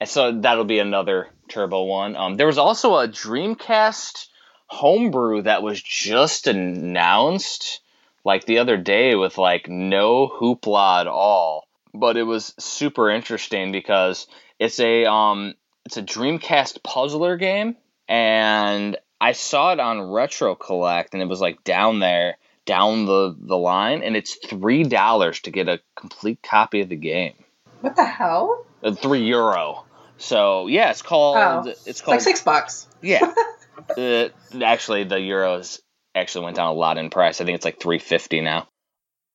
Speaker 2: And so that'll be another turbo one. Um, there was also a Dreamcast homebrew that was just announced like the other day with like no hoopla at all, but it was super interesting because it's a um it's a Dreamcast puzzler game and I saw it on Retro Collect and it was like down there down the, the line, and it's three dollars to get a complete copy of the game.
Speaker 5: What the hell?
Speaker 2: Uh, three euro. So yeah, it's called
Speaker 5: Oh.
Speaker 2: it's
Speaker 5: It's
Speaker 2: called
Speaker 5: like six bucks.
Speaker 2: yeah. uh, actually, the euros actually went down a lot in price. I think it's like three fifty now.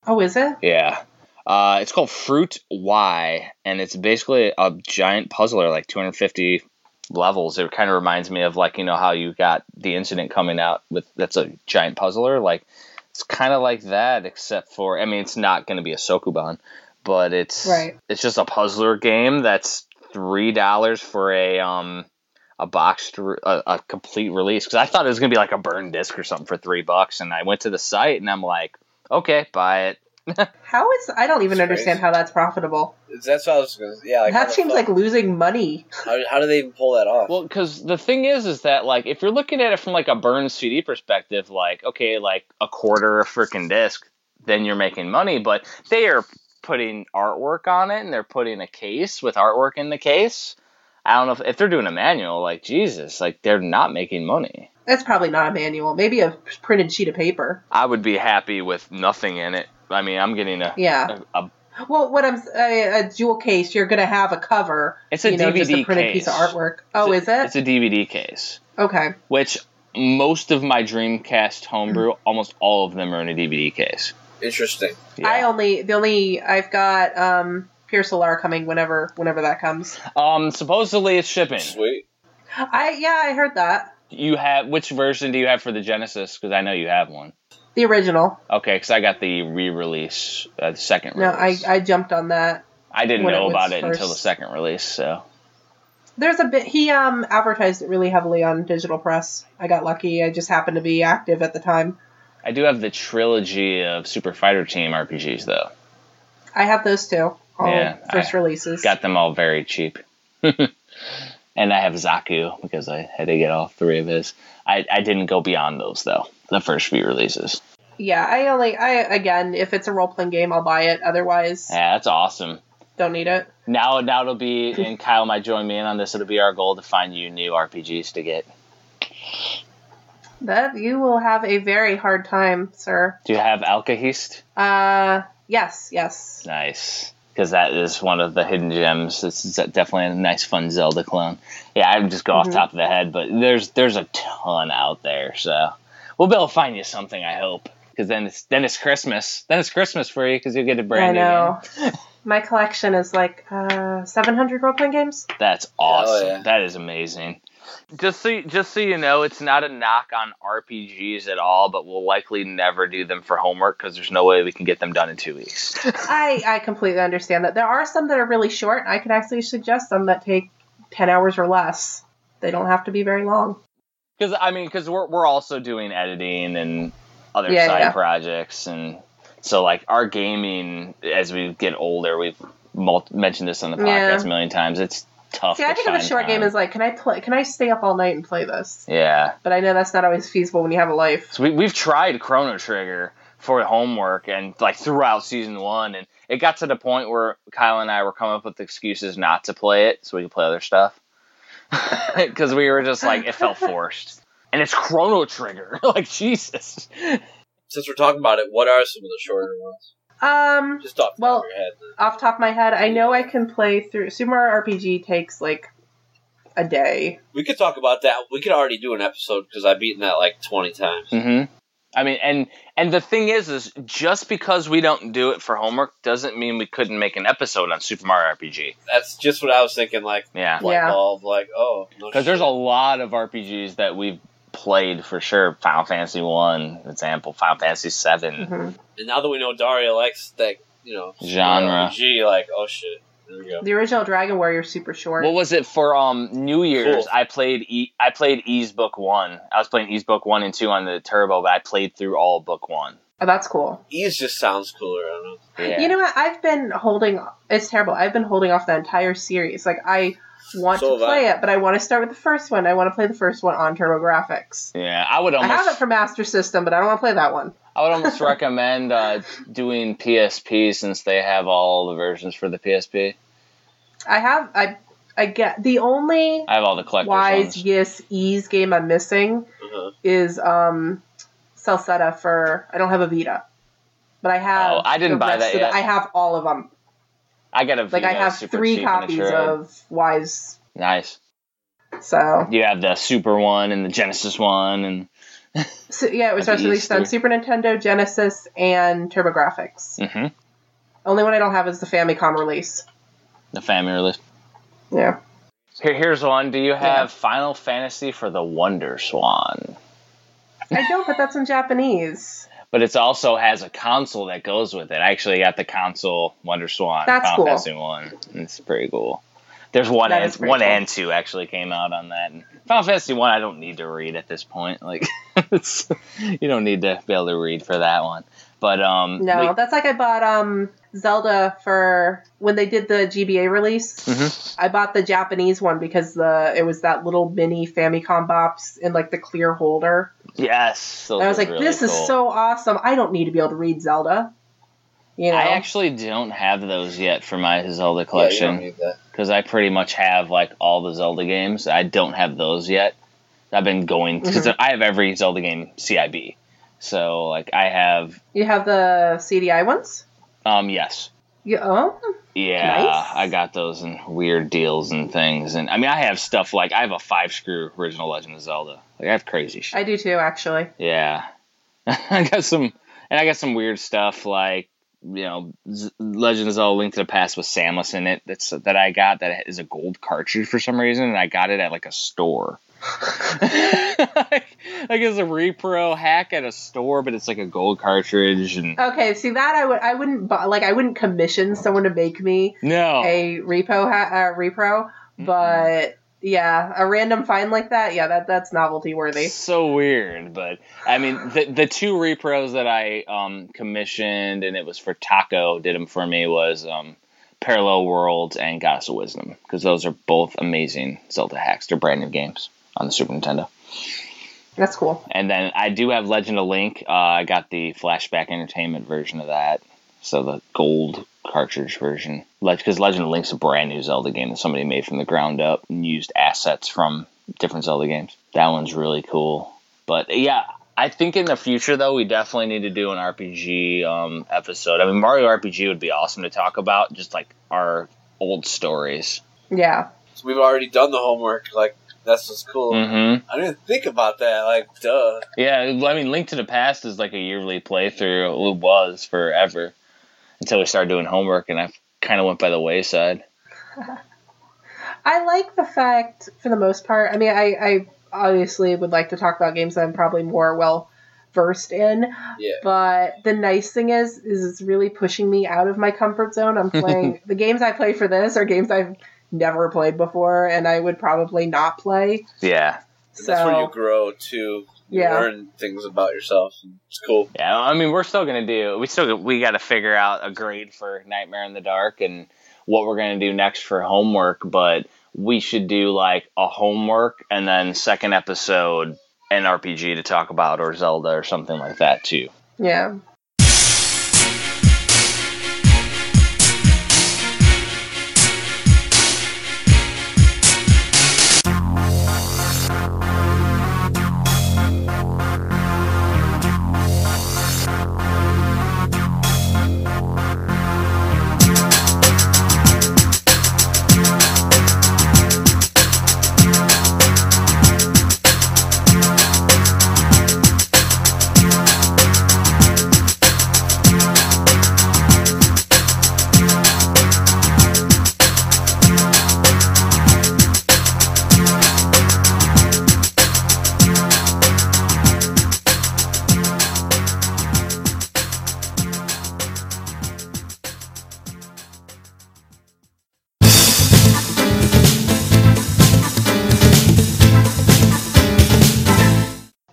Speaker 5: Oh, is it?
Speaker 2: Yeah. Uh, it's called Fruit Y, and it's basically a giant puzzler, like 250 levels. It kind of reminds me of like you know how you got the incident coming out with that's a giant puzzler. Like it's kind of like that, except for I mean it's not going to be a sokuban, but it's
Speaker 5: Right.
Speaker 2: it's just a puzzler game that's three dollars for a um a boxed re- a, a complete release because I thought it was going to be like a burn disc or something for three bucks, and I went to the site and I'm like, okay, buy it.
Speaker 5: How is I don't even
Speaker 4: That's crazy.
Speaker 5: understand how that's profitable.
Speaker 4: That's what I was going to. Yeah, like, how
Speaker 5: that
Speaker 4: the
Speaker 5: seems
Speaker 4: fuck-
Speaker 5: like losing money.
Speaker 4: How, how do they even pull that off?
Speaker 2: Well, because the thing is, is that like if you're looking at it from like a burn CD perspective, like okay, like a quarter a freaking disc, then you're making money. But they are putting artwork on it, and they're putting a case with artwork in the case. I don't know if, if they're doing a manual, like Jesus, like they're not making money.
Speaker 5: That's probably not a manual. Maybe a printed sheet of paper.
Speaker 2: I would be happy with nothing in it. I mean, I'm getting a,
Speaker 5: Yeah.
Speaker 2: a, a
Speaker 5: Well, what I'm s- a, a jewel case, you're gonna have a cover.
Speaker 2: It's a
Speaker 5: you know, just a
Speaker 2: DVD
Speaker 5: printed
Speaker 2: case.
Speaker 5: piece of artwork. Oh,
Speaker 2: it's
Speaker 5: is
Speaker 2: a-
Speaker 5: it?
Speaker 2: It's a DVD case,
Speaker 5: okay.
Speaker 2: which most of my Dreamcast homebrew,
Speaker 5: Mm-hmm.
Speaker 2: almost all of them are in a DVD case.
Speaker 4: Interesting.
Speaker 2: Yeah.
Speaker 5: I only the only I've got um Pure Solar coming whenever whenever that comes.
Speaker 2: Um, supposedly it's shipping.
Speaker 4: Sweet.
Speaker 5: I yeah, I heard that.
Speaker 2: You have which version do you have for the Genesis? Because I know you have one.
Speaker 5: The original.
Speaker 2: Okay, because I got the re-release, uh, the second
Speaker 5: No, I
Speaker 2: release.
Speaker 5: I jumped on that.
Speaker 2: I didn't
Speaker 5: when it
Speaker 2: know
Speaker 5: was
Speaker 2: about it until the
Speaker 5: first-
Speaker 2: second release. So
Speaker 5: There's a bit he um advertised it really heavily on digital press. I got lucky. I just happened to be active at the time.
Speaker 2: I do have the trilogy of Super Fighter Team RPGs though.
Speaker 5: I have those two. All
Speaker 2: Yeah,
Speaker 5: first releases.
Speaker 2: Got them all very cheap. and I have Zaku because I had to get all three of his. I, I didn't go beyond those though. The first few releases.
Speaker 5: yeah, I only I again, if it's a role playing game, I'll buy it. Otherwise,
Speaker 2: Yeah, that's awesome.
Speaker 5: don't need it.
Speaker 2: Now, now it'll be, and Kyle might join me in on this. It'll be our goal to find you new RPGs to get.
Speaker 5: That you will have a very hard time, sir.
Speaker 2: Do you have Alkahist?
Speaker 5: Uh yes, yes.
Speaker 2: Nice. Because that is one of the hidden gems. It's z- definitely a nice, fun Zelda clone. Yeah, I would just go off
Speaker 5: Mhm.
Speaker 2: top of the head, but there's there's a ton out there. So we'll be able to find you something, I hope. Because then it's then it's Christmas. Then it's Christmas for you because you'll get a brand
Speaker 5: I
Speaker 2: new
Speaker 5: know. My collection is like uh, 700 role playing games.
Speaker 2: game. That's awesome.
Speaker 4: yeah.
Speaker 2: That is amazing. Just so just so you know, it's not a knock on RPGs at all, but we'll likely never do them for homework because there's no way we can get them done in two weeks.
Speaker 5: I, I completely understand that. There are some that are really short. I can actually suggest some that take 10 hours or less. They don't have to be very long.
Speaker 2: Because I mean, because we're we're also doing editing and other
Speaker 5: Yeah,
Speaker 2: side
Speaker 5: yeah.
Speaker 2: projects, and so like our gaming as we get older, we've mul- mentioned this on the
Speaker 5: Yeah.
Speaker 2: podcast a million times. It's tough.
Speaker 5: See, I
Speaker 2: to
Speaker 5: think of a
Speaker 2: find
Speaker 5: short
Speaker 2: time.
Speaker 5: game as like, can I play? Can I stay up all night and play this?
Speaker 2: yeah.
Speaker 5: But I know that's not always feasible when you have a life.
Speaker 2: So we we've tried Chrono Trigger for homework and like throughout season one, and it got to the point where Kyle and I were coming up with excuses not to play it so we could play other stuff because we were just like it felt forced. And it's Chrono Trigger, like Jesus.
Speaker 4: Since we're talking about it, what are some of the shorter ones?
Speaker 5: Um,
Speaker 4: Just off the
Speaker 5: Well-
Speaker 4: top of your head.
Speaker 5: off the top of my head, I know I can play through Super Mario RPG takes like a day.
Speaker 4: We could talk about that. We could already do an episode because I've beaten that like 20 times.
Speaker 2: hmm I mean, and and the thing is, is just because we don't do it for homework doesn't mean we couldn't make an episode on Super Mario RPG.
Speaker 4: That's just what I was thinking, like,
Speaker 2: Yeah,
Speaker 4: light
Speaker 5: Yeah.
Speaker 4: bulb, like, oh. no
Speaker 2: because there's a
Speaker 4: shit.
Speaker 2: lot of RPGs that we've played for sure. Final Fantasy One, example. Final Fantasy 7
Speaker 5: hmm
Speaker 4: And now that we know Daria likes that, you know,
Speaker 2: genre.
Speaker 4: RPG, like, oh shit. There we go.
Speaker 5: The original Dragon Warrior's super short.
Speaker 2: What was it for um New Year's?
Speaker 4: Cool.
Speaker 2: I played e- I played Ease Book One. I was playing Ease Book One and Two on the Turbo, but I played through all Book One.
Speaker 5: oh, that's cool.
Speaker 4: Ease just sounds cooler. I don't know.
Speaker 2: Yeah.
Speaker 5: You know what? I've been holding. It's terrible. I've been holding off the entire series. Like I want
Speaker 4: So
Speaker 5: to
Speaker 4: have
Speaker 5: play it, but I want to start with the first one. I want to play the first one on Turbo Graphics.
Speaker 2: yeah, I would
Speaker 5: I have it
Speaker 2: almost
Speaker 5: for Master System, but I don't want to play that one.
Speaker 2: I would almost recommend uh, doing PSP since they have all the versions for the PSP.
Speaker 5: I have. I. I get the only
Speaker 2: I have all the collectors
Speaker 5: wise
Speaker 2: ones.
Speaker 5: yes ease game I'm missing
Speaker 4: Uh-huh.
Speaker 5: is um Salsetta for I don't have a Vita, but I have.
Speaker 2: Oh, I didn't
Speaker 5: the
Speaker 2: buy
Speaker 5: rest
Speaker 2: that
Speaker 5: of the-
Speaker 2: yet.
Speaker 5: I have all of them.
Speaker 2: I got a
Speaker 5: Like I
Speaker 2: Vita
Speaker 5: have
Speaker 2: super
Speaker 5: three
Speaker 2: cheap and a
Speaker 5: copies
Speaker 2: trade.
Speaker 5: of Wise.
Speaker 2: Nice.
Speaker 5: So,
Speaker 2: You have the Super one and the Genesis one, and
Speaker 5: so yeah, it was
Speaker 2: Of
Speaker 5: just
Speaker 2: these
Speaker 5: released on
Speaker 2: three.
Speaker 5: Super Nintendo, Genesis, and TurboGrafx.
Speaker 2: Mhm.
Speaker 5: Only one I don't have is the Famicom release.
Speaker 2: the family release.
Speaker 5: Yeah.
Speaker 2: Here, here's one. Do you have
Speaker 5: Yeah.
Speaker 2: Final Fantasy for the Wonder Swan?
Speaker 5: I don't, but that's in Japanese.
Speaker 2: But it also has a console that goes with it. I actually got the console Wonder Swan
Speaker 5: That's
Speaker 2: Final
Speaker 5: cool.
Speaker 2: Fantasy one. It's pretty cool. There's one
Speaker 5: That
Speaker 2: and
Speaker 5: is pretty
Speaker 2: one
Speaker 5: cool.
Speaker 2: and two actually came out on that. And Final Fantasy one I don't need to read at this point. Like it's, you don't need to be able to read for that one. But um
Speaker 5: No,
Speaker 2: we-
Speaker 5: that's like I bought um Zelda for when they did the GBA release.
Speaker 4: Mm-hmm.
Speaker 2: Mhm.
Speaker 5: I bought the Japanese one because the it was that little mini Famicom box in like the clear holder.
Speaker 2: yes. those
Speaker 5: And I was
Speaker 2: are
Speaker 5: like,
Speaker 2: really
Speaker 5: this
Speaker 2: cool.
Speaker 5: is so awesome. I don't need to be able to read Zelda. You know,
Speaker 2: I actually don't have those yet for my Zelda
Speaker 4: Yeah, you
Speaker 2: collection.
Speaker 4: don't need that.
Speaker 2: because I pretty much have like all the Zelda games. I don't have those yet. I've been going because I have every Zelda game CIB. So like I have
Speaker 5: you have the CDI ones.
Speaker 2: um yes.
Speaker 5: You oh
Speaker 2: Yeah,
Speaker 5: Nice.
Speaker 2: I got those in weird deals and things, and I mean I have stuff like I have a five screw original Legend of Zelda. Like I have crazy shit.
Speaker 5: I do too actually.
Speaker 2: Yeah, I got some, and I got some weird stuff like you know, Z- Legend of Zelda: Link to the Past with Samus in it. That's that I got that is a gold cartridge for some reason, and I got it at like a store. like, like it's a repro hack at a store, but it's like a gold cartridge, and
Speaker 5: Okay, see that I would I wouldn't buy, like I wouldn't commission someone to make me
Speaker 4: Oh.
Speaker 2: no,
Speaker 5: a repo ha- uh, repro,
Speaker 4: Mm-hmm.
Speaker 5: but yeah, a random find like that, yeah, that that's novelty worthy.
Speaker 2: so weird but i mean the, the two repros that i um, commissioned and it was for taco did them for me was um, parallel worlds and goddess of wisdom because those are both amazing zelda hacks they're brand new games on the super nintendo
Speaker 5: That's cool.
Speaker 2: and then i do have legend of link uh, i got the flashback entertainment version of that so the gold cartridge version because legend of link's a brand new zelda game that somebody made from the ground up and used assets from different Zelda games. That one's really cool. But yeah, I think in the future though, we definitely need to do an RPG um, episode. I mean, Mario RPG would be awesome to talk about, just like our old stories.
Speaker 5: Yeah.
Speaker 4: So we've already done the homework. Like, that's just cool.
Speaker 2: Mm-hmm.
Speaker 4: I didn't think about that. Like, duh.
Speaker 2: Yeah, I mean, Link to the Past is like a yearly playthrough. It was forever until we started doing homework, and I kind of went by the wayside.
Speaker 5: I like the fact for the most part. I mean, I I obviously would like to talk about games that I'm probably more well versed in,
Speaker 4: Yeah.
Speaker 5: but the nice thing is is it's really pushing me out of my comfort zone. I'm playing the games I play for this are games I've never played before and I would probably not play.
Speaker 2: Yeah.
Speaker 4: And
Speaker 5: So
Speaker 4: that's where you grow too. You
Speaker 5: Yeah.
Speaker 4: learn things about yourself. It's cool.
Speaker 2: Yeah, I mean, we're still gonna do. We still we got to figure out a grade for Nightmare in the Dark and what we're gonna do next for homework. But we should do like a homework and then second episode an RPG to talk about or Zelda or something like that too.
Speaker 5: yeah.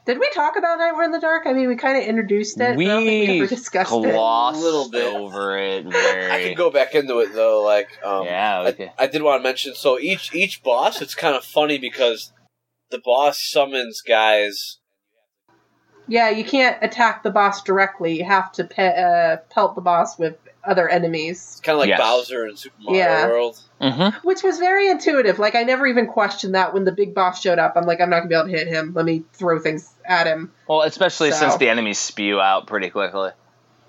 Speaker 5: Did we talk about Nightmare in the Dark? I mean, we kind of introduced it. but I don't think we ever discussed it.
Speaker 2: glossed
Speaker 4: A little bit.
Speaker 2: over it. Very,
Speaker 4: I could go back into it though. Like, um,
Speaker 2: yeah,
Speaker 4: I-
Speaker 2: okay.
Speaker 4: I, did want to mention. So each each boss, it's kind of funny because the boss summons guys.
Speaker 5: Yeah, you can't attack the boss directly. You have to pe- uh, pelt the boss with other enemies,
Speaker 4: It's kind of like
Speaker 2: Yes.
Speaker 4: Bowser in Super Mario
Speaker 5: Yeah.
Speaker 4: World.
Speaker 2: Mhm.
Speaker 5: which was very intuitive. Like, I never even questioned that when the big boss showed up. I'm like, I'm not going to be able to hit him. Let me throw things at him.
Speaker 2: Well, especially
Speaker 5: So-
Speaker 2: since the enemies spew out pretty quickly.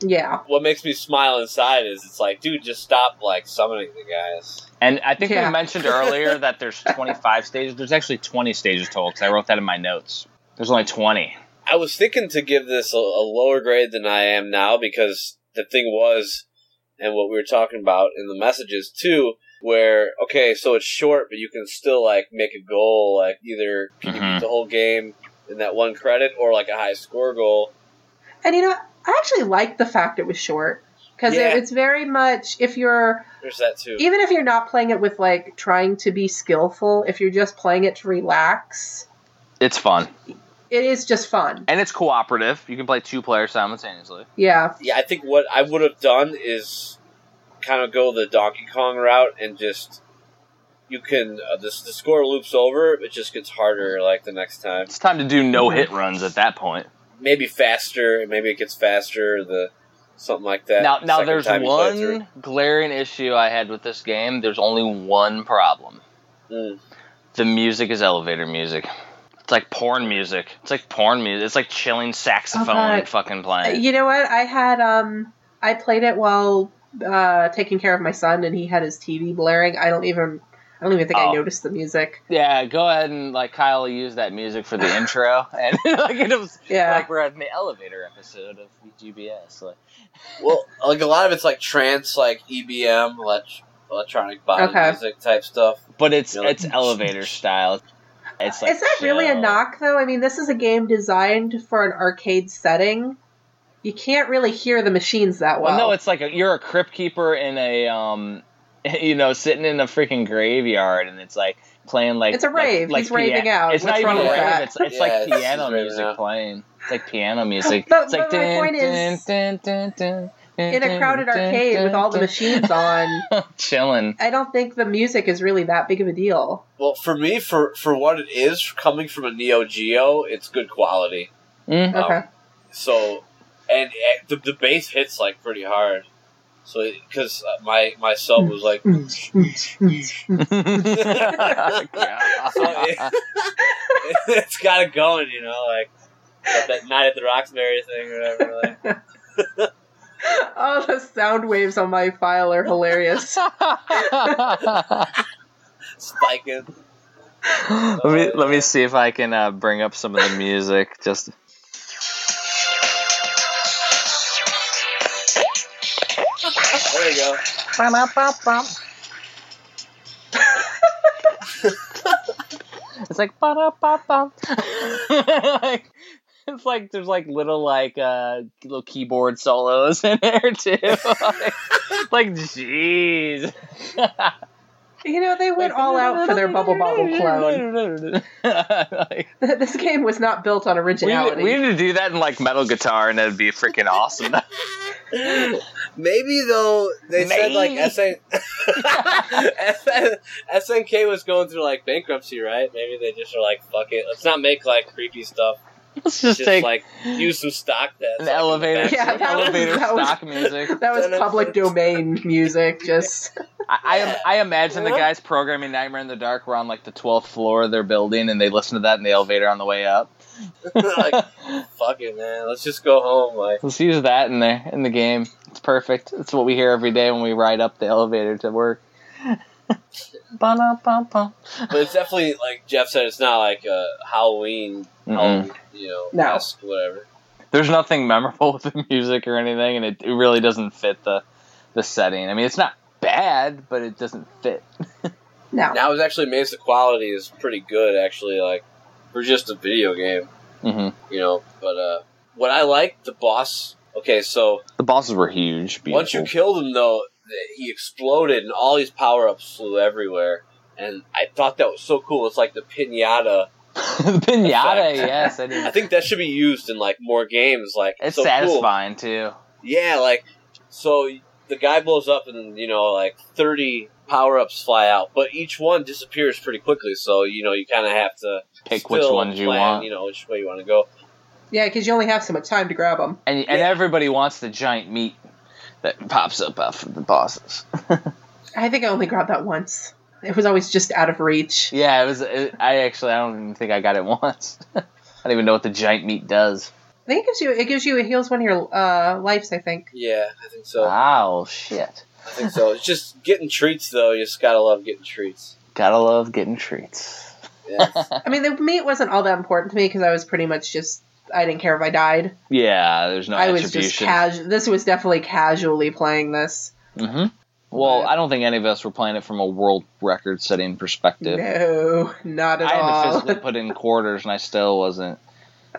Speaker 5: Yeah.
Speaker 4: What makes me smile inside is it's like, dude, just stop like summoning the guys.
Speaker 2: And I think
Speaker 5: Yeah.
Speaker 2: we mentioned earlier that there's 25 stages. There's actually 20 stages total because I wrote that in my notes. There's only 20.
Speaker 4: I was thinking to give this a, a lower grade than I am now because the thing was, and what we were talking about in the messages too, where okay, so it's short, but you can still like make a goal, like either can you
Speaker 2: Mhm.
Speaker 4: beat the whole game in that one credit or like a high score goal.
Speaker 5: And, you know, I actually liked the fact it was short. Because
Speaker 4: Yeah.
Speaker 5: it's very much, if you're,
Speaker 4: There's that too.
Speaker 5: even if you're not playing it with, like, trying to be skillful, if you're just playing it to relax,
Speaker 2: It's fun.
Speaker 5: it is just fun.
Speaker 2: And it's cooperative. You can play two players simultaneously.
Speaker 5: Yeah.
Speaker 4: yeah, I think what I would have done is kind of go the Donkey Kong route and just you can uh, this the score loops over, it just gets harder like the next time.
Speaker 2: It's time to do no hit runs at that point.
Speaker 4: Maybe faster, and maybe it gets faster. The something like that.
Speaker 2: Now, now
Speaker 4: second
Speaker 2: there's
Speaker 4: time you play through.
Speaker 2: one glaring issue I had with this game. There's only one problem.
Speaker 4: Mm.
Speaker 2: The music is elevator music. It's like porn music. It's like porn music. It's like chilling
Speaker 4: Oh,
Speaker 2: saxophone
Speaker 5: God.
Speaker 2: fucking
Speaker 4: Uh,
Speaker 2: playing.
Speaker 5: You know what? I had um I played it while uh taking care of my son and he had his TV blaring. I don't even I don't even think
Speaker 2: Oh.
Speaker 5: I noticed the music.
Speaker 2: Yeah, go ahead and like Kyle use that music for the intro, and like it was
Speaker 5: Yeah.
Speaker 2: like we're at the elevator episode of GBS. Like,
Speaker 4: Well, like a lot of it's like trance, like EBM, elect- electronic body
Speaker 5: Okay.
Speaker 4: music type stuff.
Speaker 2: but it's
Speaker 4: You're like-
Speaker 2: it's elevator style. It's like
Speaker 5: Is that really a
Speaker 2: chill.
Speaker 5: knock though? I mean, this is a game designed for an arcade setting. You can't really hear the machines that well.
Speaker 2: Well, no, it's like a, you're a crypt keeper in a um, you know, sitting in a freaking graveyard, and it's like playing like
Speaker 5: It's a
Speaker 2: like-
Speaker 5: rave.
Speaker 2: Like,
Speaker 5: He's raving out.
Speaker 2: It's
Speaker 5: What's
Speaker 2: not
Speaker 5: wrong
Speaker 2: even a
Speaker 5: with
Speaker 2: rave.
Speaker 5: that?
Speaker 2: It's, it's
Speaker 4: Yeah,
Speaker 2: like
Speaker 4: it's- it's
Speaker 2: piano
Speaker 4: raving
Speaker 2: music
Speaker 4: out.
Speaker 2: playing. It's like piano music.
Speaker 5: But-
Speaker 2: it's
Speaker 5: but
Speaker 2: like
Speaker 5: my point is, in a crowded arcade with all the machines on,
Speaker 2: chilling.
Speaker 5: I don't think the music is really that big of a deal.
Speaker 4: Well, for me, for for what it is, coming from a Neo Geo, it's good quality.
Speaker 2: Mm.
Speaker 4: Um,
Speaker 5: Okay.
Speaker 4: So, and eh, the, the bass hits like pretty hard. So, because my my sub was like,
Speaker 2: Yeah.
Speaker 4: it's got it going, you know, like like that Night at the Roxbury thing or whatever. Like,
Speaker 5: oh, the sound waves on my file are hilarious.
Speaker 4: spiking.
Speaker 2: let me let me see if I can uh, bring up some of the music. Just
Speaker 4: There you go.
Speaker 2: it's like ba-da-ba-ba. Like, it's like there's like little like uh little keyboard solos in there too. like, like jeez.
Speaker 5: You know, they went all out for their Bubble Bobble clone.
Speaker 2: Like,
Speaker 5: this game was not built on
Speaker 2: we,
Speaker 5: originality.
Speaker 2: we need to do that in like metal guitar, and that'd be freaking awesome.
Speaker 4: Maybe though they said like
Speaker 2: Maybe.
Speaker 4: SN- SN- SNK was going through like bankruptcy, right? Maybe they just are like, fuck it, let's not make like creepy stuff.
Speaker 2: Let's
Speaker 4: Just,
Speaker 2: just, take
Speaker 4: like use some stock that's
Speaker 2: an
Speaker 4: like,
Speaker 2: elevator,
Speaker 4: back-
Speaker 5: Yeah, that was-
Speaker 2: elevator
Speaker 5: that was-
Speaker 2: stock music.
Speaker 5: that was
Speaker 4: Benefits.
Speaker 5: public domain music. Just
Speaker 2: I, I I imagine the guys programming Nightmare in the Dark were on like the twelfth floor of their building, and they listened to that in the elevator on the way up.
Speaker 4: like fuck it, man. Let's just go home. Like
Speaker 2: Let's use that in there in the game. It's perfect. It's what we hear every day when we ride up the elevator to work. Ba-da-ba-ba.
Speaker 4: but it's definitely like Jeff said, it's not like a Halloween,
Speaker 2: Mm-mm.
Speaker 4: Halloween you know,
Speaker 5: No.
Speaker 4: mask, whatever.
Speaker 2: There's nothing memorable with the music or anything, and it, it really doesn't fit the the setting. I mean, it's not bad, but it doesn't fit.
Speaker 5: no.
Speaker 4: Now I was actually amazed the quality is pretty good actually, like for just a video game,
Speaker 2: hmm
Speaker 4: you know. But uh what I like the boss okay, so
Speaker 2: The bosses were huge. Beautiful.
Speaker 4: once you killed him though, th- he exploded and all his power ups flew everywhere. And I thought that was so cool. It's like the pinata.
Speaker 2: the pinata,
Speaker 4: Effect.
Speaker 2: yes, I
Speaker 4: I
Speaker 2: did.
Speaker 4: think that should be used in like more games. Like
Speaker 2: It's
Speaker 4: so cool.
Speaker 2: satisfying too.
Speaker 4: Yeah, like so the guy blows up and you know like 30 power-ups fly out, but each one disappears pretty quickly, so you know you kind of have to
Speaker 2: Pick
Speaker 4: still
Speaker 2: which ones you
Speaker 4: plan,
Speaker 2: want,
Speaker 4: you know, which way you want to go.
Speaker 5: Yeah, because you only have so much time to grab them.
Speaker 2: and and
Speaker 4: Yeah.
Speaker 2: everybody wants the giant meat that pops up after the bosses.
Speaker 5: I think I only grabbed that once. It was always just out of reach.
Speaker 2: Yeah, it was. It, I actually, I don't even think I got it once. I don't even know what the giant meat does.
Speaker 5: I think it gives you it gives you it heals one of your uh, lives. I think.
Speaker 4: Yeah, I think so.
Speaker 2: Wow, shit!
Speaker 4: I think so. It's just getting treats though. You just got to love getting treats.
Speaker 2: Gotta love getting treats.
Speaker 4: Yeah.
Speaker 5: I mean, the meat wasn't all that important to me because I was pretty much just I didn't care if I died.
Speaker 2: Yeah, there's no
Speaker 5: I was just
Speaker 2: attribution.
Speaker 5: casual. This was definitely casually playing this.
Speaker 2: hmm Well, I don't think any of us were playing it from a world record setting perspective.
Speaker 5: No, not at
Speaker 2: I had to
Speaker 5: all.
Speaker 2: physically put in quarters, and I still wasn't.